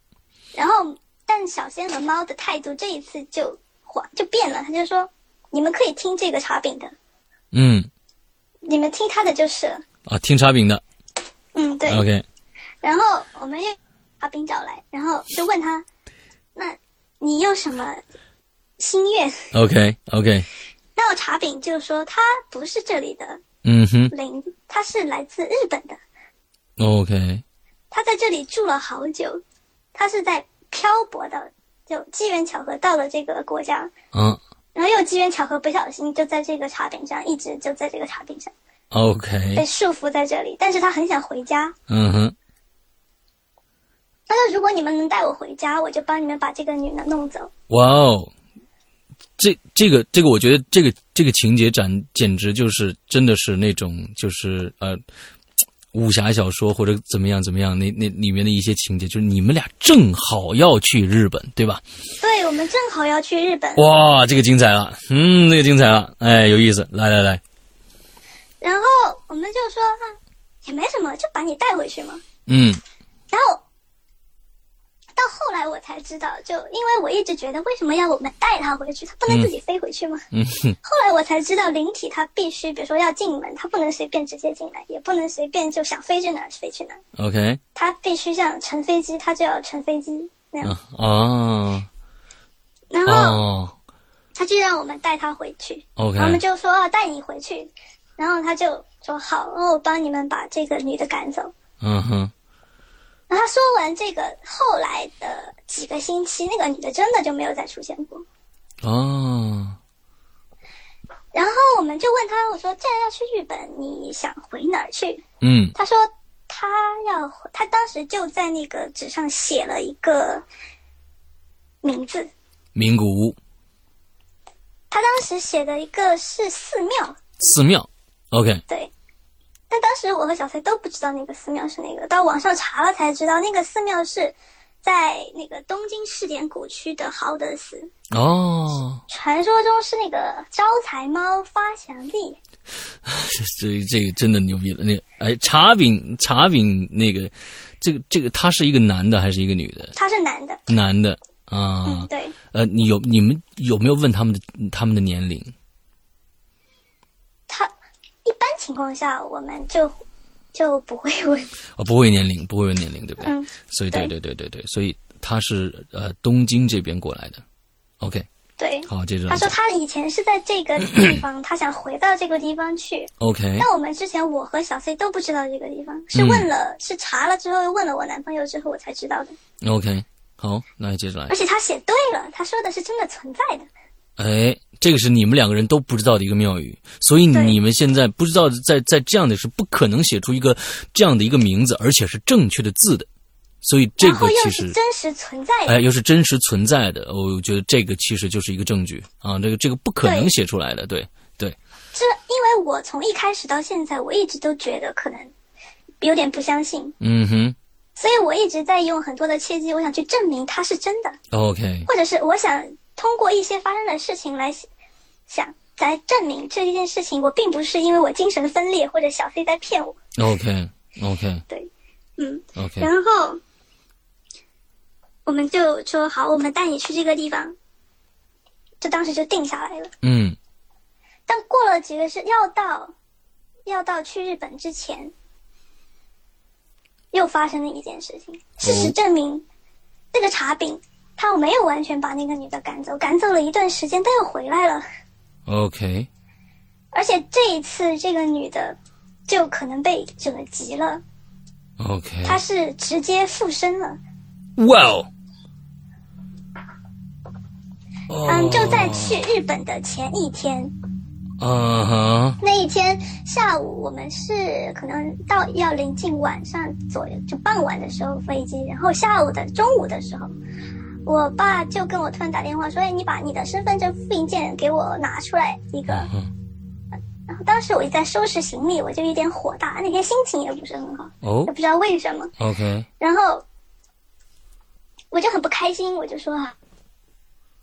Speaker 2: 然后，但小仙和猫的态度这一次就缓就变了，他就说：“你们可以听这个茶饼的，
Speaker 1: 嗯
Speaker 2: 你们听他的就是了。
Speaker 1: 啊，听茶饼的。”
Speaker 2: 嗯，对。
Speaker 1: OK，
Speaker 2: 然后我们又把饼找来，然后就问他：“那你有什么心愿
Speaker 1: OK OK，？”
Speaker 2: 然后茶饼就说：“他不是这里的
Speaker 1: 嗯哼
Speaker 2: 灵，他是来自日本的，
Speaker 1: ，OK，
Speaker 2: 他在这里住了好久，他是在漂泊的就机缘巧合到了这个国家，
Speaker 1: 嗯
Speaker 2: 然后又机缘巧合不小心就在这个茶饼上，一直就在这个茶饼上被
Speaker 1: ，OK，
Speaker 2: 束缚在这里。但是他很想回家，
Speaker 1: 嗯哼，
Speaker 2: 他说如果你们能带我回家，我就帮你们把这个女的弄走。
Speaker 1: 哇哦，这这个这个，我觉得这个这个情节展简直就是真的是那种就是呃武侠小说或者怎么样怎么样那那里面的一些情节，就是你们俩正好要去日本，对吧？
Speaker 2: 对我们正好要去日本，
Speaker 1: 哇，这个精彩了，嗯，这个精彩了，哎，有意思，来来来，
Speaker 2: 然后我们就说啊，也没什么，就把你带回去嘛。
Speaker 1: 嗯
Speaker 2: 然后到后来我才知道，就因为我一直觉得为什么要我们带他回去，他不能自己飞回去吗？
Speaker 1: 嗯哼
Speaker 2: 后来我才知道，灵体它必须，比如说要进门，它不能随便直接进来，也不能随便就想飞去哪儿飞去哪儿，
Speaker 1: ，OK，
Speaker 2: 它必须像乘飞机，它就要乘飞机那样。
Speaker 1: 啊哦
Speaker 2: 然后
Speaker 1: 哦
Speaker 2: 他就让我们带他回去，
Speaker 1: ，OK，
Speaker 2: 然后我们就说、啊、带你回去，然后他就说好，哦，我帮你们把这个女的赶走。
Speaker 1: 嗯哼，
Speaker 2: 然后他说完这个，后来的几个星期，那个女的真的就没有再出现过。
Speaker 1: 哦，
Speaker 2: 然后我们就问他，我说既然要去日本，你想回哪儿去？
Speaker 1: 嗯
Speaker 2: 他说他要，他当时就在那个纸上写了一个名字，
Speaker 1: 名古屋
Speaker 2: 他当时写的一个是寺庙，
Speaker 1: 寺庙，OK，
Speaker 2: 对。但当时我和小崔都不知道那个寺庙是哪个，到网上查了才知道那个寺庙是在那个东京世田谷区的豪德寺，
Speaker 1: 哦，
Speaker 2: 传说中是那个招财猫发祥地。
Speaker 1: 这这这个真的牛逼了，那个哎茶饼茶饼那个，这个这个他是一个男的还是一个女的？
Speaker 2: 他是男的，
Speaker 1: 男的啊，
Speaker 2: 嗯，对，
Speaker 1: 呃，你有你们有没有问他们的他们的年龄？
Speaker 2: 他一般情况下我们就就不会问，
Speaker 1: 哦，不会年龄，不会有年龄，对不对？
Speaker 2: 嗯，
Speaker 1: 所以对对
Speaker 2: 对
Speaker 1: 对对对，所以他是呃东京这边过来的，OK，
Speaker 2: 对。
Speaker 1: 好，接着来
Speaker 2: 他说
Speaker 1: 讲
Speaker 2: 他以前是在这个地方，他想回到这个地方去。
Speaker 1: ，OK，
Speaker 2: 但我们之前我和小 C 都不知道这个地方，是问了，是查了之后问了我男朋友之后我才知道的。
Speaker 1: OK，好，那接着来
Speaker 2: 而。且他写对了，他说的是真的存在的。
Speaker 1: 哎，这个是你们两个人都不知道的一个妙语，所以
Speaker 2: 对
Speaker 1: 你们现在不知道在在这样的是不可能写出一个这样的一个名字，而且是正确的字的，所以这
Speaker 2: 然
Speaker 1: 个
Speaker 2: 后又
Speaker 1: 其
Speaker 2: 是
Speaker 1: 实。
Speaker 2: 真实存在的，
Speaker 1: 哎，又是真实存在的，哦我觉得这个其实就是一个证据啊，这个这个不可能
Speaker 2: 对
Speaker 1: 写出来的，对对，
Speaker 2: 这因为我从一开始到现在，我一直都觉得可能有点不相信，
Speaker 1: 嗯哼
Speaker 2: 所以我一直在用很多的契机，我想去证明它是真的，
Speaker 1: ，OK，
Speaker 2: 或者是我想通过一些发生的事情来想来证明这一件事情，我并不是因为我精神分裂或者小 C 在骗我，
Speaker 1: OK OK
Speaker 2: 对，嗯，
Speaker 1: OK，
Speaker 2: 然后我们就说好，我们带你去这个地方，就当时就定下来了。
Speaker 1: 嗯
Speaker 2: 但过了几个是要到要到去日本之前，又发生了一件事情。事实证明，那个茶饼他没有完全把那个女的赶走，赶走了一段时间，他又回来了。
Speaker 1: ，OK，
Speaker 2: 而且这一次，这个女的就可能被整个急了，
Speaker 1: OK，
Speaker 2: 她是直接附身了。
Speaker 1: 哇哦，
Speaker 2: 嗯，就在去日本的前一天，
Speaker 1: 嗯哼，
Speaker 2: 那一天下午，我们是可能到要临近晚上左右，就傍晚的时候飞机，然后下午的中午的时候，我爸就跟我突然打电话说：“哎，你把你的身份证复印件给我拿出来一个。
Speaker 1: 嗯哼，”
Speaker 2: 然后当时我一在收拾行李，我就有点火大，那天心情也不是很好，
Speaker 1: 哦
Speaker 2: 也不知道为什么，
Speaker 1: ，OK，
Speaker 2: 然后我就很不开心，我就说啊。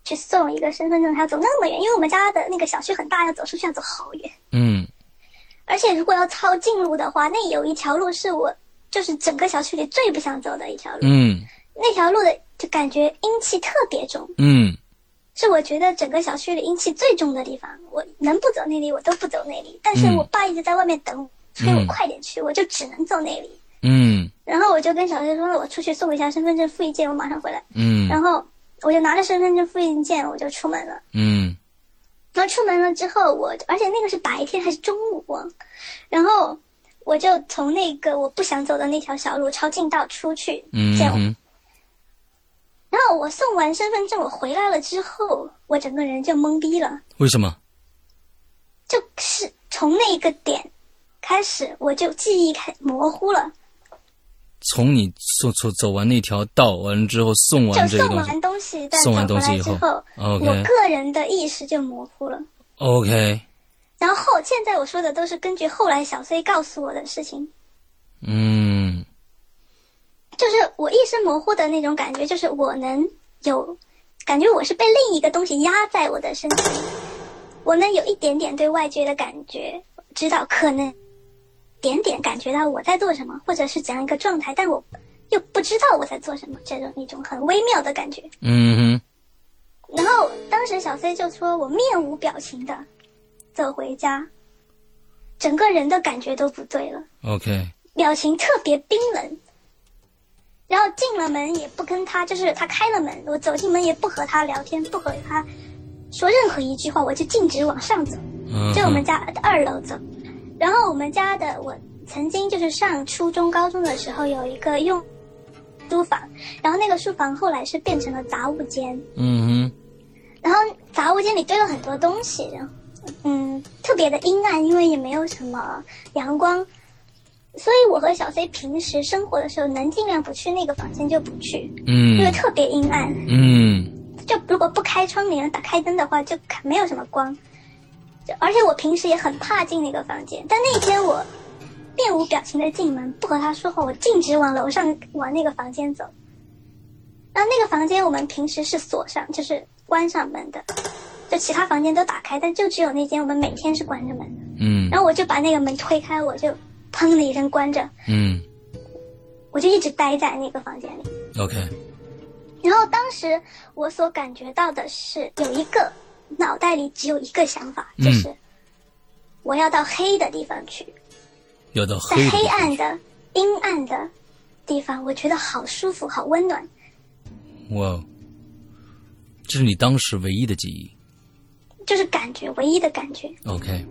Speaker 2: 去送一个身份证，还要走那么远，因为我们家的那个小区很大，要走出去要走好远。
Speaker 1: 嗯。
Speaker 2: 而且如果要抄近路的话，那有一条路是我就是整个小区里最不想走的一条路。
Speaker 1: 嗯
Speaker 2: 那条路的就感觉阴气特别重，
Speaker 1: 嗯
Speaker 2: 是我觉得整个小区里阴气最重的地方。我能不走那里我都不走那里，但是
Speaker 1: 嗯
Speaker 2: 我爸一直在外面等我，催我
Speaker 1: 嗯
Speaker 2: 快点去，我就只能走那里。
Speaker 1: 嗯
Speaker 2: 然后我就跟小崔说，我出去送一下身份证复印件，我马上回来。
Speaker 1: 嗯
Speaker 2: 然后我就拿着身份证复印件，我就出门了。
Speaker 1: 嗯
Speaker 2: 然后出门了之后我，而且那个是白天还是中午啊，然后我就从那个我不想走的那条小路抄近道出去，
Speaker 1: 嗯
Speaker 2: 这样
Speaker 1: 嗯
Speaker 2: 然后我送完身份证，我回来了之后，我整个人就懵逼了。
Speaker 1: 为什么？
Speaker 2: 就是从那一个点开始，我就记忆开模糊了。
Speaker 1: 从你走走走完那条道完了之后，送完这
Speaker 2: 就
Speaker 1: 个
Speaker 2: 送
Speaker 1: 东西
Speaker 2: 完东西，再
Speaker 1: 送完
Speaker 2: 走
Speaker 1: 东
Speaker 2: 回
Speaker 1: 西
Speaker 2: 来
Speaker 1: 以
Speaker 2: 之
Speaker 1: 后
Speaker 2: 我
Speaker 1: OK
Speaker 2: 个人的意识就模糊了。
Speaker 1: ，OK，
Speaker 2: 然后现在我说的都是根据后来小 C 告诉我的事情，
Speaker 1: 嗯
Speaker 2: 就是我意识模糊的那种感觉，就是我能有感觉我是被另一个东西压在我的身体，我能有一点点对外界的感觉，知道可能点点感觉到我在做什么，或者是怎样一个状态，但我又不知道我在做什么，这种一种很微妙的感觉。
Speaker 1: 嗯哼，
Speaker 2: 然后当时小 C 就说我面无表情的走回家，整个人的感觉都不对了，
Speaker 1: ，OK，
Speaker 2: 表情特别冰冷。然后进了门也不跟他，就是他开了门，我走进门也不和他聊天，不和他说任何一句话，我就径直往上走，
Speaker 1: 嗯
Speaker 2: 在我们
Speaker 1: 哼，
Speaker 2: 家的二楼走。然后我们家的我曾经就是上初中、高中的时候有一个用书房，然后那个书房后来是变成了杂物间。
Speaker 1: 嗯
Speaker 2: 然后杂物间里堆了很多东西，然后嗯，特别的阴暗，因为也没有什么阳光，所以我和小 C 平时生活的时候，能尽量不去那个房间就不去，
Speaker 1: 哼，
Speaker 2: 因为
Speaker 1: 嗯
Speaker 2: 特别阴暗。
Speaker 1: 嗯
Speaker 2: 就如果不开窗帘、打开灯的话，就看没有什么光。就而且我平时也很怕进那个房间，但那天我面无表情的进门，不和他说话，我径直往楼上往那个房间走。然后那个房间我们平时是锁上，就是关上门的，就其他房间都打开，但就只有那间我们每天是关着门的。
Speaker 1: 嗯
Speaker 2: 然后我就把那个门推开，我就砰的一声关着，
Speaker 1: 嗯
Speaker 2: 我就一直待在那个房间里。
Speaker 1: ，OK，
Speaker 2: 然后当时我所感觉到的是，有一个脑袋里只有一个想法，
Speaker 1: 嗯
Speaker 2: 就是我要到黑的地方去，
Speaker 1: 要到
Speaker 2: 在
Speaker 1: 黑的地
Speaker 2: 黑
Speaker 1: 方
Speaker 2: 暗的、阴暗的地方，我觉得好舒服，好温暖。
Speaker 1: 哇哦，这是你当时唯一的记忆
Speaker 2: 就是感觉，唯一的感觉，
Speaker 1: ，OK，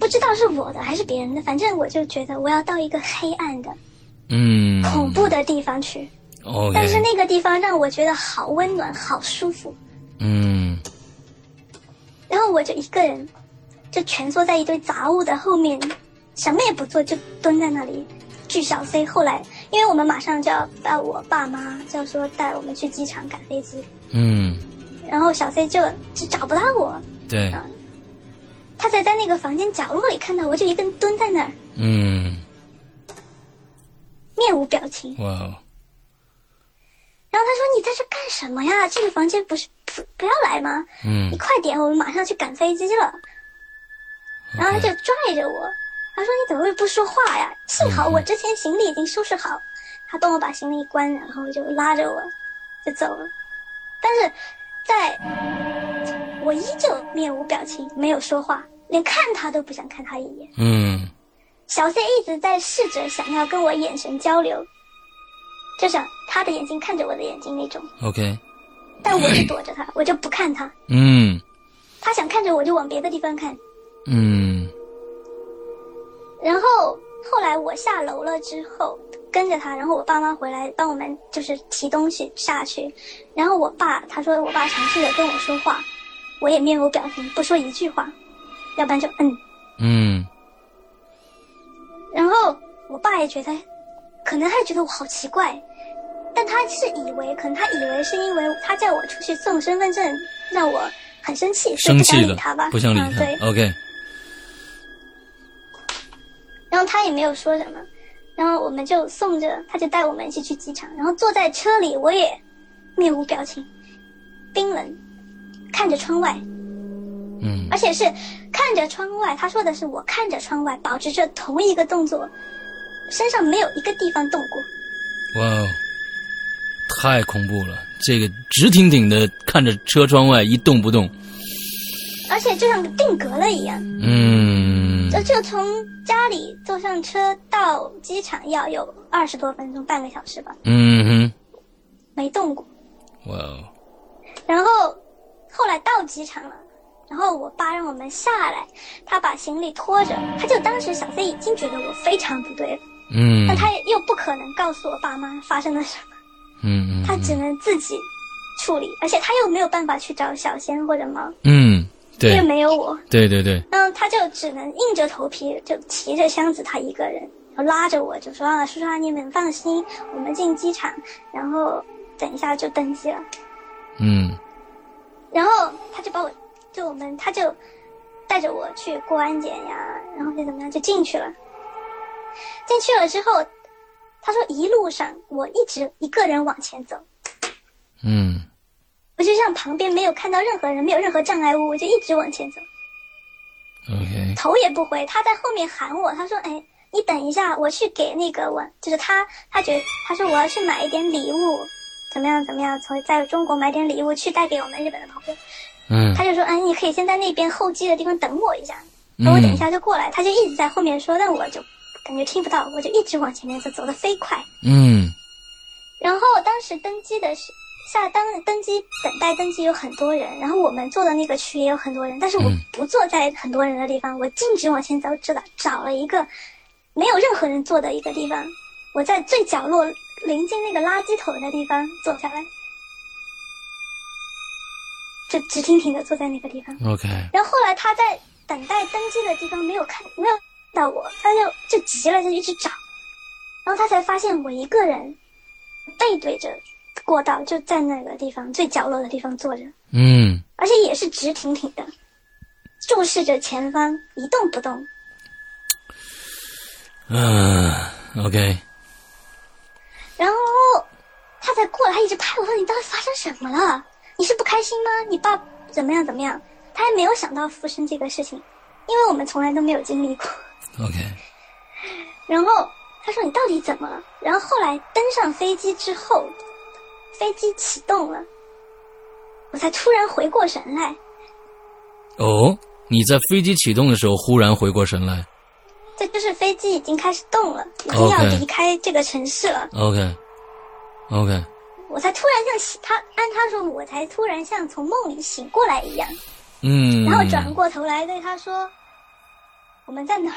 Speaker 2: 不知道是我的还是别人的，反正我就觉得我要到一个黑暗的、
Speaker 1: 嗯
Speaker 2: 恐怖的地方去。
Speaker 1: ，OK，
Speaker 2: 但是那个地方让我觉得好温暖，好舒服。
Speaker 1: 嗯
Speaker 2: 然后我就一个人，就蜷缩在一堆杂物的后面，什么也不做，就蹲在那里。据小 C 后来，因为我们马上就要把我爸妈就说带我们去机场赶飞机，
Speaker 1: 嗯，
Speaker 2: 然后小 C 就就找不到哎我，
Speaker 1: 对，
Speaker 2: 他才在那个房间角落里看到我，就一个人蹲在那儿，
Speaker 1: 嗯，
Speaker 2: 面无表情。
Speaker 1: 哇哦，
Speaker 2: 然后他说：“你在这干什么呀？这个房间不是不不要来吗？
Speaker 1: 嗯
Speaker 2: 你快点，我们马上去赶飞机了。”然后他就拽着我，他说：“你怎么会不说话呀？幸好我之前行李已经收拾好。”他帮我把行李一关，然后就拉着我就走了。但是在我依旧面无表情，没有说话，连看他都不想看他一眼。
Speaker 1: 嗯
Speaker 2: 小 C 一直在试着想要跟我眼神交流，就想他的眼睛看着我的眼睛那种，
Speaker 1: ，OK，
Speaker 2: 但我就躲着他，我就不看他。
Speaker 1: 嗯
Speaker 2: 他想看着我就往别的地方看，
Speaker 1: 嗯
Speaker 2: 然后后来我下楼了之后，跟着他，然后我爸妈回来帮我们就是提东西下去，然后我爸他说我爸尝试着跟我说话，我也面无表情，不说一句话，要不然就嗯。
Speaker 1: 嗯
Speaker 2: 然后我爸也觉得，可能他也觉得我好奇怪，但他是以为，可能他以为是因为他叫我出去送身份证，让我很生气，所
Speaker 1: 生
Speaker 2: 以不
Speaker 1: 气
Speaker 2: 想理
Speaker 1: 了
Speaker 2: 他吧，，
Speaker 1: 不想理
Speaker 2: 嗯
Speaker 1: 他
Speaker 2: 对，
Speaker 1: ，OK，
Speaker 2: 然后他也没有说什么，然后我们就送着，他就带我们一起去机场，然后坐在车里，我也面无表情，冰冷，看着窗外，
Speaker 1: 嗯
Speaker 2: 而且是看着窗外。他说的是我看着窗外，保持着同一个动作，身上没有一个地方动过。
Speaker 1: 哇哦，太恐怖了！这个直挺挺的看着车窗外一动不动，
Speaker 2: 而且就像定格了一样，
Speaker 1: 嗯
Speaker 2: 就就从家里坐上车到机场要有二十多分钟，半个小时吧，
Speaker 1: 嗯
Speaker 2: 没动过。
Speaker 1: 哼，哇哦，
Speaker 2: 然后后来到机场了，然后我爸让我们下来，他把行李拖着，他就当时小 C 已经觉得我非常不对了，
Speaker 1: 嗯
Speaker 2: 但他又不可能告诉我爸妈发生了什么，
Speaker 1: 嗯嗯
Speaker 2: 他只能自己处理，而且他又没有办法去找小仙或者猫，
Speaker 1: 嗯，对
Speaker 2: 也，没有我，
Speaker 1: 对对对，
Speaker 2: 然后他就只能硬着头皮，就提着箱子他一个人，然后拉着我就说啊，叔叔阿姨们放心，我们进机场，然后等一下就登机了。
Speaker 1: 嗯
Speaker 2: 然后他就把我，就我们他就带着我去过安检呀，然后就怎么样就进去了。进去了之后，他说一路上我一直一个人往前走，
Speaker 1: 嗯
Speaker 2: 我就像旁边没有看到任何人，没有任何障碍物，我就一直往前走，
Speaker 1: ，OK，
Speaker 2: 头也不回。他在后面喊我，他说：“哎，你等一下，我去给那个我，就是他，他觉得他说我要去买一点礼物，怎么样怎么样，从在中国买点礼物去带给我们日本的朋友。”
Speaker 1: 嗯
Speaker 2: 他就说：“哎，你可以先在那边候机的地方等我一下，
Speaker 1: 嗯
Speaker 2: 等我等一下就过来。他就一直在后面说，但我就感觉听不到，我就一直往前面走，走得飞快。
Speaker 1: 嗯
Speaker 2: 然后当时登机的是下当登机等待登机有很多人，然后我们坐的那个区也有很多人，但是我
Speaker 1: 嗯
Speaker 2: 不坐在很多人的地方，我径直往前走，找找了一个没有任何人坐的一个地方，我在最角落临近那个垃圾桶的地方坐下来，就直挺挺的坐在那个地方。
Speaker 1: ，OK，
Speaker 2: 然后后来他在等待登机的地方没有看没有看到我，他就就急了，他就一直找，然后他才发现我一个人背对着过道，就在那个地方最角落的地方坐着，
Speaker 1: 嗯
Speaker 2: 而且也是直挺挺的，注视着前方一动不动。
Speaker 1: 嗯，OK，
Speaker 2: 然后他才过来，他一直拍我说：“你到底发生什么了？你是不开心吗？你爸怎么样怎么样？”他还没有想到附身这个事情，因为我们从来都没有经历过。
Speaker 1: OK，
Speaker 2: 然后他说：“你到底怎么了？”然后后来登上飞机之后，飞机启动了，我才突然回过神来。
Speaker 1: 哦，你在飞机启动的时候忽然回过神来
Speaker 2: 这就是飞机已经开始动了，已经要
Speaker 1: OK
Speaker 2: 离开这个城市了。
Speaker 1: ，OK，OK，
Speaker 2: 我才突然像醒，他按他说，我才突然像从梦里醒过来一样。
Speaker 1: 嗯，
Speaker 2: 然后转过头来对他说：“我们在哪儿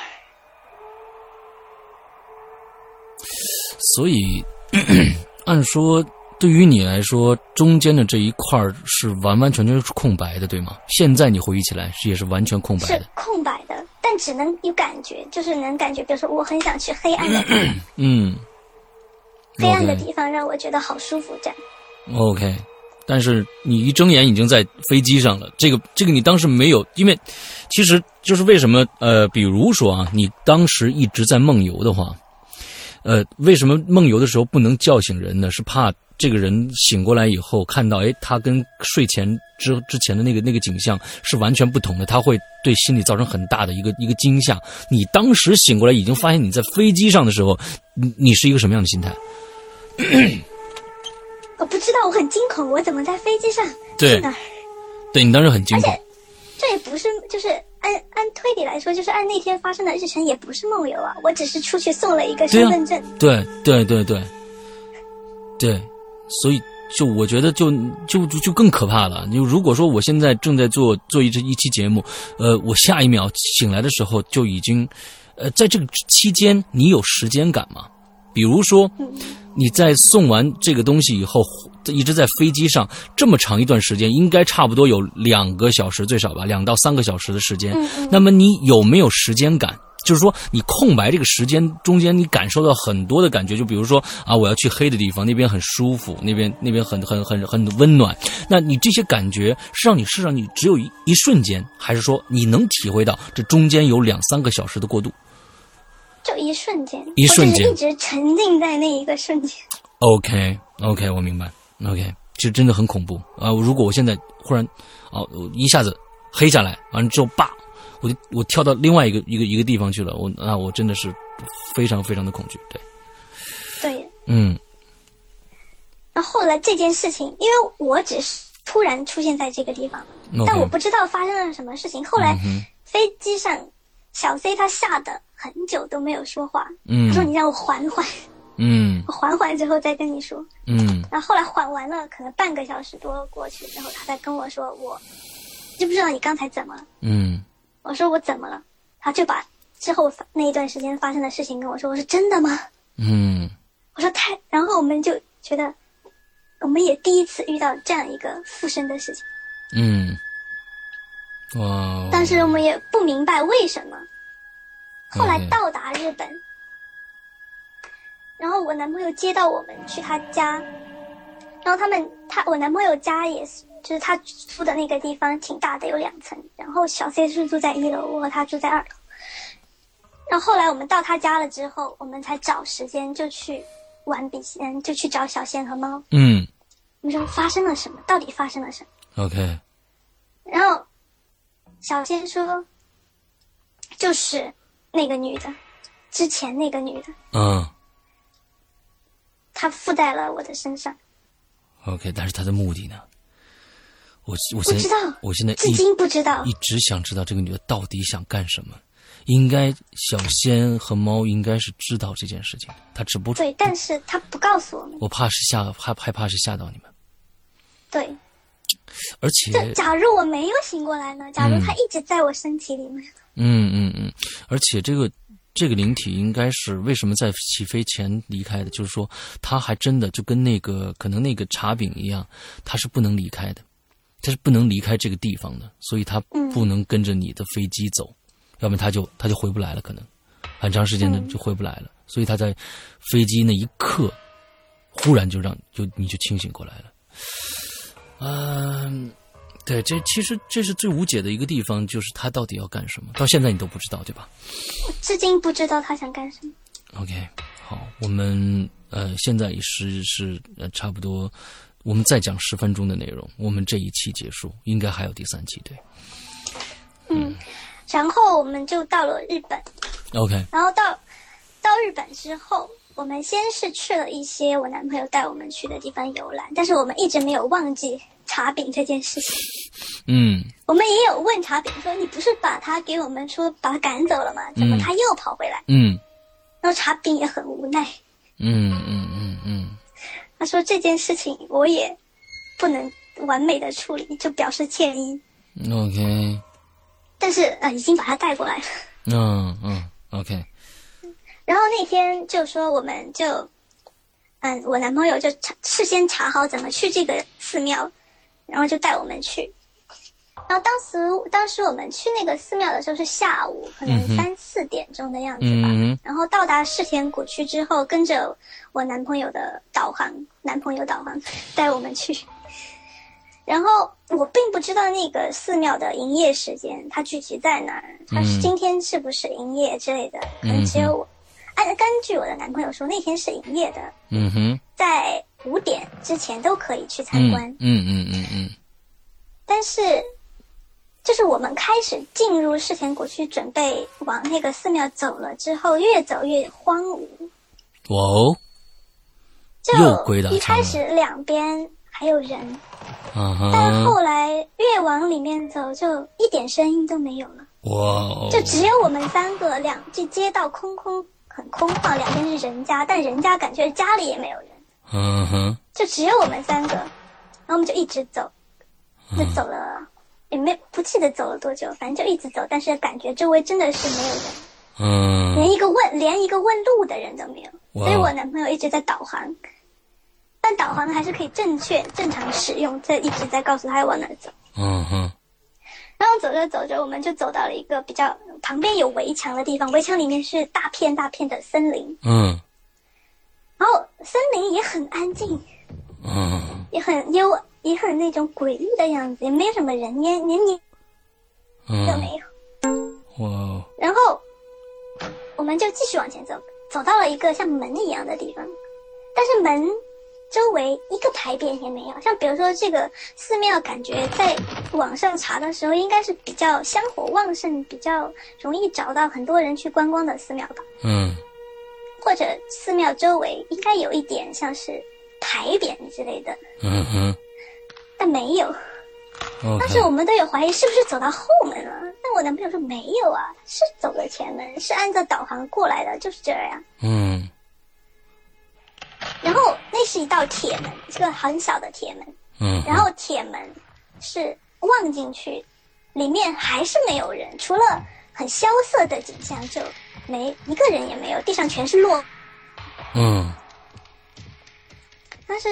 Speaker 1: 所以， 按说对于你来说，中间的这一块儿是完完全全是空白的，对吗？现在你回忆起来是也是完全空？”白
Speaker 2: 是
Speaker 1: 的。
Speaker 2: 空白的，但只能有感觉，就是能感觉，比如说我很想去黑暗的地方
Speaker 1: 嗯
Speaker 2: 黑暗的
Speaker 1: OK
Speaker 2: 地方让我觉得好舒服，这样。
Speaker 1: OK，但是你一睁眼已经在飞机上了，这个这个你当时没有，因为其实就是为什么呃，比如说啊，你当时一直在梦游的话，呃，为什么梦游的时候不能叫醒人呢？是怕这个人醒过来以后看到，哎，他跟睡前之之前的那个那个景象是完全不同的，他会对心理造成很大的一个一个惊吓。你当时醒过来已经发现你在飞机上的时候，你你是一个什么样的心态？
Speaker 2: 我不知道，我很惊恐，我怎么在飞机上
Speaker 1: 对
Speaker 2: 去哪儿？
Speaker 1: 对你当时很惊恐，
Speaker 2: 这也不是，就是按按推理来说，就是按那天发生的日程，也不是梦游啊。我只是出去送了一
Speaker 1: 对
Speaker 2: 个身
Speaker 1: 啊
Speaker 2: 份证，
Speaker 1: 对对对对，对，所以就我觉得就就就就更可怕了。就如果说我现在正在做做一这一期节目，呃，我下一秒醒来的时候就已经，呃，在这个期间你有时间感吗？比如说，你在送完这个东西以后，一直在飞机上这么长一段时间，应该差不多有两个小时最少吧，两到三个小时的时间。那么你有没有时间感？就是说，你空白这个时间中间，你感受到很多的感觉，就比如说啊，我要去黑的地方，那边很舒服，那边那边很很很很温暖。那你这些感觉是让你是让你只有一一瞬间，还是说你能体会到这中间有两三个小时的过渡
Speaker 2: 就一瞬间，
Speaker 1: 一瞬间
Speaker 2: 我就是一直沉浸在那一个瞬间。
Speaker 1: ？OK OK，我明白。OK，其实真的很恐怖啊！如果我现在忽然哦、我一下子黑下来，完了之后叭，我就我跳到另外一个一个一个地方去了，我那我真的是非常非常的恐惧。对，
Speaker 2: 对，
Speaker 1: 嗯
Speaker 2: 然后后来这件事情，因为我只是突然出现在这个地方，
Speaker 1: ，OK，
Speaker 2: 但我不知道发生了什么事情。后来
Speaker 1: 嗯哼
Speaker 2: 飞机上，小 C 他吓得很久都没有说话，
Speaker 1: 嗯
Speaker 2: 他说：“你让我缓缓，
Speaker 1: 嗯
Speaker 2: 我缓缓之后再跟你说。”
Speaker 1: 嗯
Speaker 2: 然后后来缓完了，可能半个小时多过去之后，他才跟我说：“我知不知道你刚才怎么了
Speaker 1: 嗯？”
Speaker 2: 我说：“我怎么了？”他就把之后发那一段时间发生的事情跟我说。我说：“真的吗
Speaker 1: 嗯，？”
Speaker 2: 我说：“太。”然后我们就觉得我们也第一次遇到这样一个附身的事情。
Speaker 1: 嗯，哇！哦
Speaker 2: 当时我们也不明白为什么。后来到达日本，然后我男朋友接到我们去他家，然后他们他我男朋友家也是，就是他住的那个地方挺大的，有两层，然后小 C 是住在一楼，我和他住在二楼。然后后来我们到他家了之后，我们才找时间就去玩笔仙，就去找小仙和猫。
Speaker 1: 嗯，
Speaker 2: 你说发生了什么？到底发生了什
Speaker 1: 么？OK。
Speaker 2: 然后小仙说，就是那个女的，之前那个女的。
Speaker 1: 嗯。
Speaker 2: 她附在了我的身上。
Speaker 1: OK，但是她的目的呢？我我
Speaker 2: 不知道，
Speaker 1: 我现在
Speaker 2: 至今不知道，
Speaker 1: 呃一直想知道这个女的到底想干什么。应该小仙和猫应该是知道这件事情的，他只不
Speaker 2: 对，但是他不告诉我们。
Speaker 1: 我怕是吓，害害怕是吓到你们。
Speaker 2: 对，
Speaker 1: 而且
Speaker 2: 这假如我没有醒过来呢？假如他一直在我身体里面。
Speaker 1: 嗯嗯嗯，而且这个这个灵体应该是为什么在起飞前离开的？就是说，他还真的就跟那个可能那个茶饼一样，他是不能离开的，他是不能离开这个地方的，所以他不能跟着你的飞机走。
Speaker 2: 嗯
Speaker 1: 要么他就他就回不来了，可能很长时间的就回不来了。嗯、所以他在飞机那一刻，忽然就让就你就清醒过来了。嗯、呃，对，这其实这是最无解的一个地方，就是他到底要干什么？到现在你都不知道，对吧？
Speaker 2: 我至今不知道他想干什么。
Speaker 1: OK，好，我们呃现在也是是呃差不多，我们再讲十分钟的内容，我们这一期结束，应该还有第三期，对？
Speaker 2: 嗯。然后我们就到了日本
Speaker 1: ，OK。
Speaker 2: 然后到到日本之后，我们先是去了一些我男朋友带我们去的地方游览，但是我们一直没有忘记茶饼这件事情。
Speaker 1: 嗯，
Speaker 2: 我们也有问茶饼说：“你不是把他给我们说把他赶走了吗？怎么他又跑回来？”
Speaker 1: 嗯，
Speaker 2: 然后茶饼也很无奈。
Speaker 1: 嗯嗯嗯嗯，
Speaker 2: 他说这件事情我也不能完美的处理，就表示歉意。
Speaker 1: OK。
Speaker 2: 但是呃，已经把他带过来了。
Speaker 1: 嗯嗯，OK。
Speaker 2: 然后那天就说，我们就，嗯，我男朋友就查事先查好怎么去这个寺庙，然后就带我们去。然后当时当时我们去那个寺庙的时候是下午，可能三四点钟的样子吧。
Speaker 1: 嗯、
Speaker 2: 然后到达世田谷区之后，跟着我男朋友的导航，男朋友导航带我们去。然后我并不知道那个寺庙的营业时间，它具体在哪儿，它是今天是不是营业之类的，
Speaker 1: 嗯、
Speaker 2: 可能只有我。按根据我的男朋友说，那天是营业的，
Speaker 1: 嗯哼，
Speaker 2: 在五点之前都可以去参观，
Speaker 1: 嗯嗯嗯嗯。嗯嗯
Speaker 2: 但是，就是我们开始进入世田谷区，准备往那个寺庙走了之后，越走越荒芜。
Speaker 1: 哇哦！
Speaker 2: 就一开始两边还有人。
Speaker 1: 啊哦
Speaker 2: 但后来越往里面走，就一点声音都没有了。
Speaker 1: 哇！哦
Speaker 2: 就只有我们三个，两这街道空空，很空旷，两边是人家，但人家感觉家里也没有人。
Speaker 1: 嗯哼。
Speaker 2: 就只有我们三个，然后我们就一直走，就走了，也没不记得走了多久，反正就一直走，但是感觉周围真的是没有人。
Speaker 1: 嗯。
Speaker 2: 连一个问，连一个问路的人都没有，所以我男朋友一直在导航。但导航还是可以正确、正常使用，这一直在告诉他往哪走。
Speaker 1: 嗯哼。
Speaker 2: 然后走着走着，我们就走到了一个比较旁边有围墙的地方，围墙里面是大片大片的森林。
Speaker 1: 嗯。
Speaker 2: 然后森林也很安静。
Speaker 1: 嗯。
Speaker 2: 也很幽，也很那种诡异的样子，也没什么人烟，连你都没有。
Speaker 1: 嗯哇、哦。
Speaker 2: 然后，我们就继续往前走，走到了一个像门一样的地方，但是门。周围一个牌匾也没有，像比如说这个寺庙，感觉在网上查的时候，应该是比较香火旺盛、比较容易找到很多人去观光的寺庙吧。
Speaker 1: 嗯，
Speaker 2: 或者寺庙周围应该有一点像是牌匾之类的。
Speaker 1: 嗯哼，
Speaker 2: 但没有。当时我们都有怀疑，是不是走到后门了？但我男朋友说没有啊，是走了前门，是按照导航过来的，就是这样。
Speaker 1: 嗯。
Speaker 2: 然后那是一道铁门，是个很小的铁门。
Speaker 1: 嗯。
Speaker 2: 然后铁门是望进去，里面还是没有人，除了很萧瑟的景象，就没一个人也没有，地上全是落。
Speaker 1: 嗯。
Speaker 2: 但是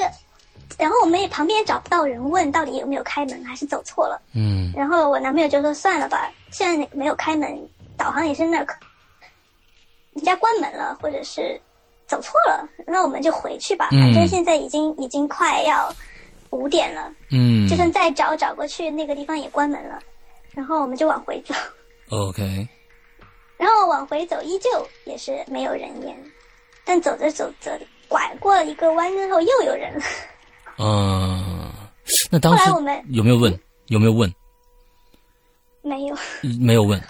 Speaker 2: 然后我们也旁边也找不到人问到底有没有开门，还是走错了。
Speaker 1: 嗯
Speaker 2: 然后我男朋友就说算了吧，现在没有开门，导航也是那儿，人家关门了，或者是走错了，那我们就回去吧。
Speaker 1: 嗯
Speaker 2: 反正现在已经已经快要五点了，
Speaker 1: 嗯
Speaker 2: 就算再找找过去，那个地方也关门了。然后我们就往回走，
Speaker 1: ，OK，
Speaker 2: 然后往回走依旧也是没有人烟，但走着走着拐过一个弯之后又有人了。
Speaker 1: 嗯，那当时
Speaker 2: 后来我们
Speaker 1: 有没有问？有没有问？
Speaker 2: 没有，
Speaker 1: 没有问。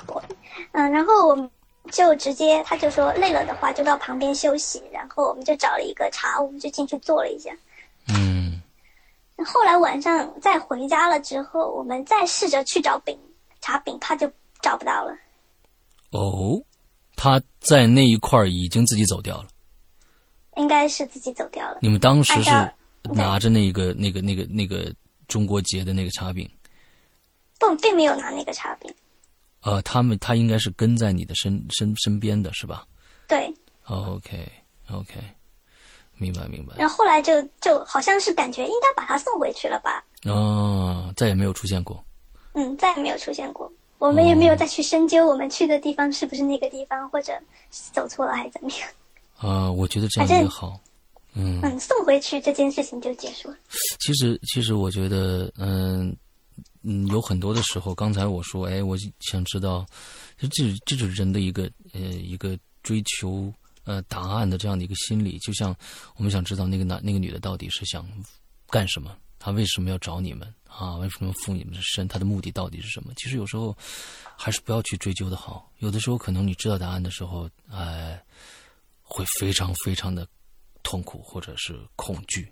Speaker 2: 嗯，然后我们就直接他就说累了的话就到旁边休息，然后我们就找了一个茶屋就进去坐了一下。
Speaker 1: 嗯
Speaker 2: 那后来晚上再回家了之后，我们再试着去找饼茶饼，怕就找不到了。
Speaker 1: 哦，他在那一块儿已经自己走掉了。
Speaker 2: 应该是自己走掉了，
Speaker 1: 你们当时是
Speaker 2: 按照
Speaker 1: 拿着那个那个那个那个中国结的那个茶饼，
Speaker 2: 不，并没有拿那个茶饼。
Speaker 1: 呃，他们他应该是跟在你的身身身边的是吧
Speaker 2: 对，
Speaker 1: ？OK OK，明白明白。
Speaker 2: 然后后来就就好像是感觉应该把他送回去了吧，
Speaker 1: 哦，再也没有出现过。
Speaker 2: 嗯，再也没有出现过。我们也没有再去深究我们去的地方是不是那个地方，或者走错了还是怎么样。
Speaker 1: 啊、我觉得这样
Speaker 2: 反正
Speaker 1: 也好。嗯，
Speaker 2: 嗯，送回去这件事情就结束了。
Speaker 1: 其实其实我觉得，嗯、嗯，有很多的时候，刚才我说，哎，我想知道，这这这就是人的一个呃一个追求呃答案的这样的一个心理，就像我们想知道那个男那个女的到底是想干什么，她为什么要找你们啊？为什么要附你们的身？她的目的到底是什么？其实有时候还是不要去追究的好，有的时候可能你知道答案的时候，哎，会非常非常的痛苦或者是恐惧。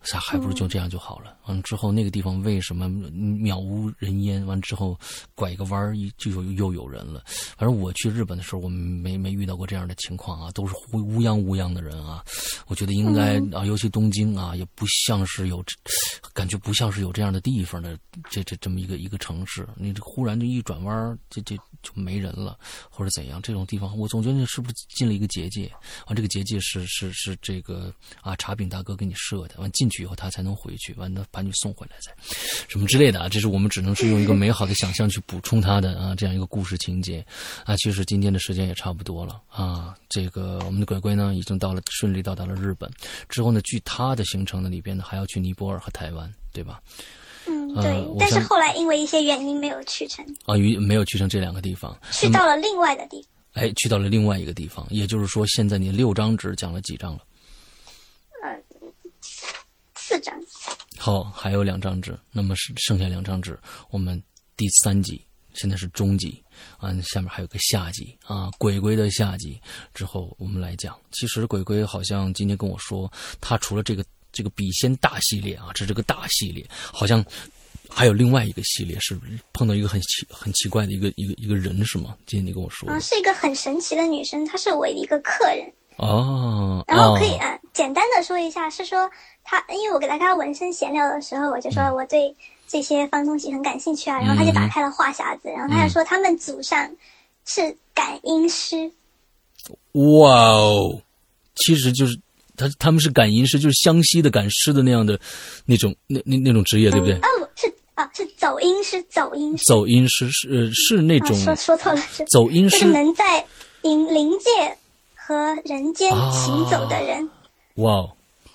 Speaker 1: 还还不如就这样就好了。完了之后，那个地方为什么渺无人烟？完了之后，拐一个弯儿，一就有又有人了。反正我去日本的时候，我没没遇到过这样的情况啊，都是乌乌泱乌泱的人啊。我觉得应该、啊，尤其东京啊，也不像是有这，感觉不像是有这样的地方的这这这么一个一个城市。你这忽然就一转弯儿，这这就没人了，或者怎样？这种地方，我总觉得是不是进了一个结界？完，啊这个结界是是是这个啊茶饼大哥给你设的，完进去以后他才能回去，完了把你送回来再什么之类的啊，这是我们只能是用一个美好的想象去补充他的啊这样一个故事情节啊。其实今天的时间也差不多了啊，这个我们的鬼鬼呢已经到了顺利到达了日本之后呢，据他的行程呢里边呢还要去尼泊尔和台湾，对吧？
Speaker 2: 嗯，
Speaker 1: 呃
Speaker 2: 对。
Speaker 1: 我
Speaker 2: 但是
Speaker 1: 想
Speaker 2: 后来因为一些原因没有去成，
Speaker 1: 啊，与没有去成这两个地方，
Speaker 2: 去到了另外的地方。
Speaker 1: 哎，去到了另外一个地方，也就是说现在你六张纸讲了几张了？
Speaker 2: 四张，
Speaker 1: 好，还有两张纸，那么是剩下两张纸，我们第三集现在是中集啊，下面还有个下集啊，鬼鬼的下集之后我们来讲。其实鬼鬼好像今天跟我说，他除了这个这个笔仙大系列啊，这是个大系列，好像还有另外一个系列是碰到一个很奇很奇怪的一个一个一个人是吗？今天你跟我说
Speaker 2: 嗯，是一个很神奇的女生，她是我一个客人，
Speaker 1: 哦，
Speaker 2: 然后
Speaker 1: 哦
Speaker 2: 可以、啊，简单的说一下，是说她，因为我给大家纹身闲聊的时候，我就说
Speaker 1: 嗯
Speaker 2: 我对这些方东西很感兴趣啊，然后她就打开了话匣子，然后
Speaker 1: 嗯
Speaker 2: 她就说他们祖上是感应师，
Speaker 1: 哇哦，其实就是他他们是赶吟师，就是湘西的赶尸的那样的那种那那那种职业，对不对？
Speaker 2: 哦，是啊，是走音师，走音师，
Speaker 1: 走音师是呃是那
Speaker 2: 啊，
Speaker 1: 种
Speaker 2: 说说错了，是
Speaker 1: 走音
Speaker 2: 就
Speaker 1: 师
Speaker 2: 是，能在灵灵界和人间
Speaker 1: 啊
Speaker 2: 行走的人，
Speaker 1: 哇哦。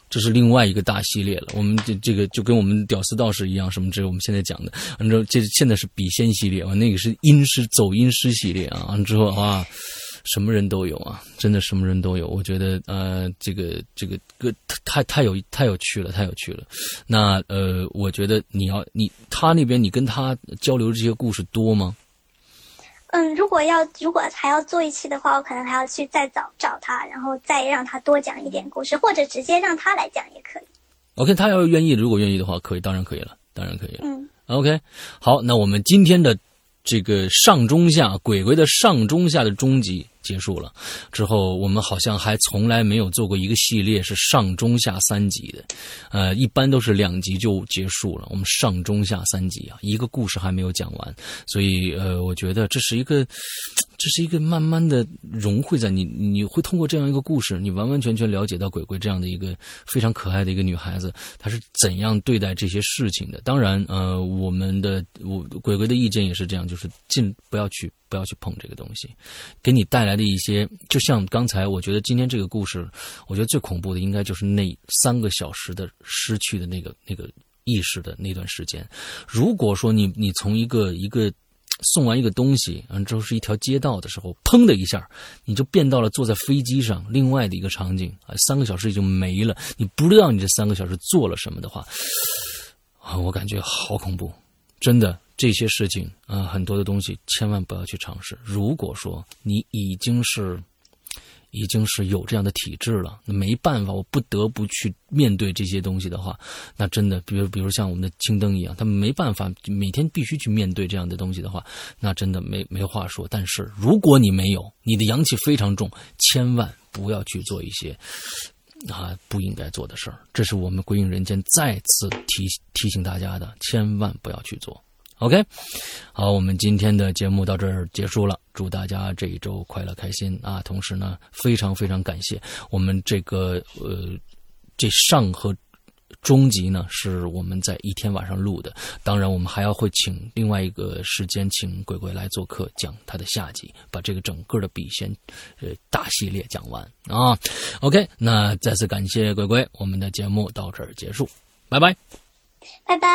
Speaker 1: 这是另外一个大系列了，我们这这个就跟我们屌丝道士一样，什么这个我们现在讲的，按照这现在是笔仙系列啊，那个是阴师走阴师系列啊，完了之后啊，什么人都有啊，真的什么人都有。我觉得呃，这个这个个太太有太有趣了，太有趣了。那呃，我觉得你要你他那边你跟他交流这些故事多吗？
Speaker 2: 嗯，如果要如果还要做一期的话，我可能还要去再找找他，然后再让他多讲一点故事，或者直接让他来讲也可以。
Speaker 1: OK，他要愿意，如果愿意的话，可以，当然可以了，当然可以了。
Speaker 2: 嗯
Speaker 1: OK，好，那我们今天的这个上中下鬼鬼的上中下的终集结束了之后，我们好像还从来没有做过一个系列是上中下三集的，呃，一般都是两集就结束了。我们上中下三集啊，一个故事还没有讲完，所以呃，我觉得这是一个这是一个慢慢的融汇在你，你会通过这样一个故事，你完完全全了解到鬼鬼这样的一个非常可爱的一个女孩子，她是怎样对待这些事情的。当然，呃，我们的我鬼鬼的意见也是这样，就是尽不要去不要去碰这个东西，给你带来的一些，就像刚才我觉得今天这个故事，我觉得最恐怖的应该就是那三个小时的失去的那个那个意识的那段时间。如果说你你从一个一个。送完一个东西，完之后是一条街道的时候，砰的一下，你就变到了坐在飞机上另外的一个场景啊，三个小时已经没了，你不知道你这三个小时做了什么的话，啊，我感觉好恐怖，真的这些事情啊、呃，很多的东西千万不要去尝试。如果说你已经是。已经是有这样的体质了，那没办法，我不得不去面对这些东西的话，那真的，比如比如像我们的青灯一样，他们没办法，每天必须去面对这样的东西的话，那真的没没话说。但是如果你没有，你的阳气非常重，千万不要去做一些啊不应该做的事儿。这是我们归隐人间再次提提醒大家的，千万不要去做。OK，好，我们今天的节目到这儿结束了。祝大家这一周快乐开心啊！同时呢，非常非常感谢我们这个呃，这上和中集呢是我们在一天晚上录的。当然，我们还要会请另外一个时间，请鬼鬼来做客，讲他的下集，把这个整个的笔仙呃大系列讲完啊。OK，那再次感谢鬼鬼，我们的节目到这儿结束，拜拜，
Speaker 2: 拜拜。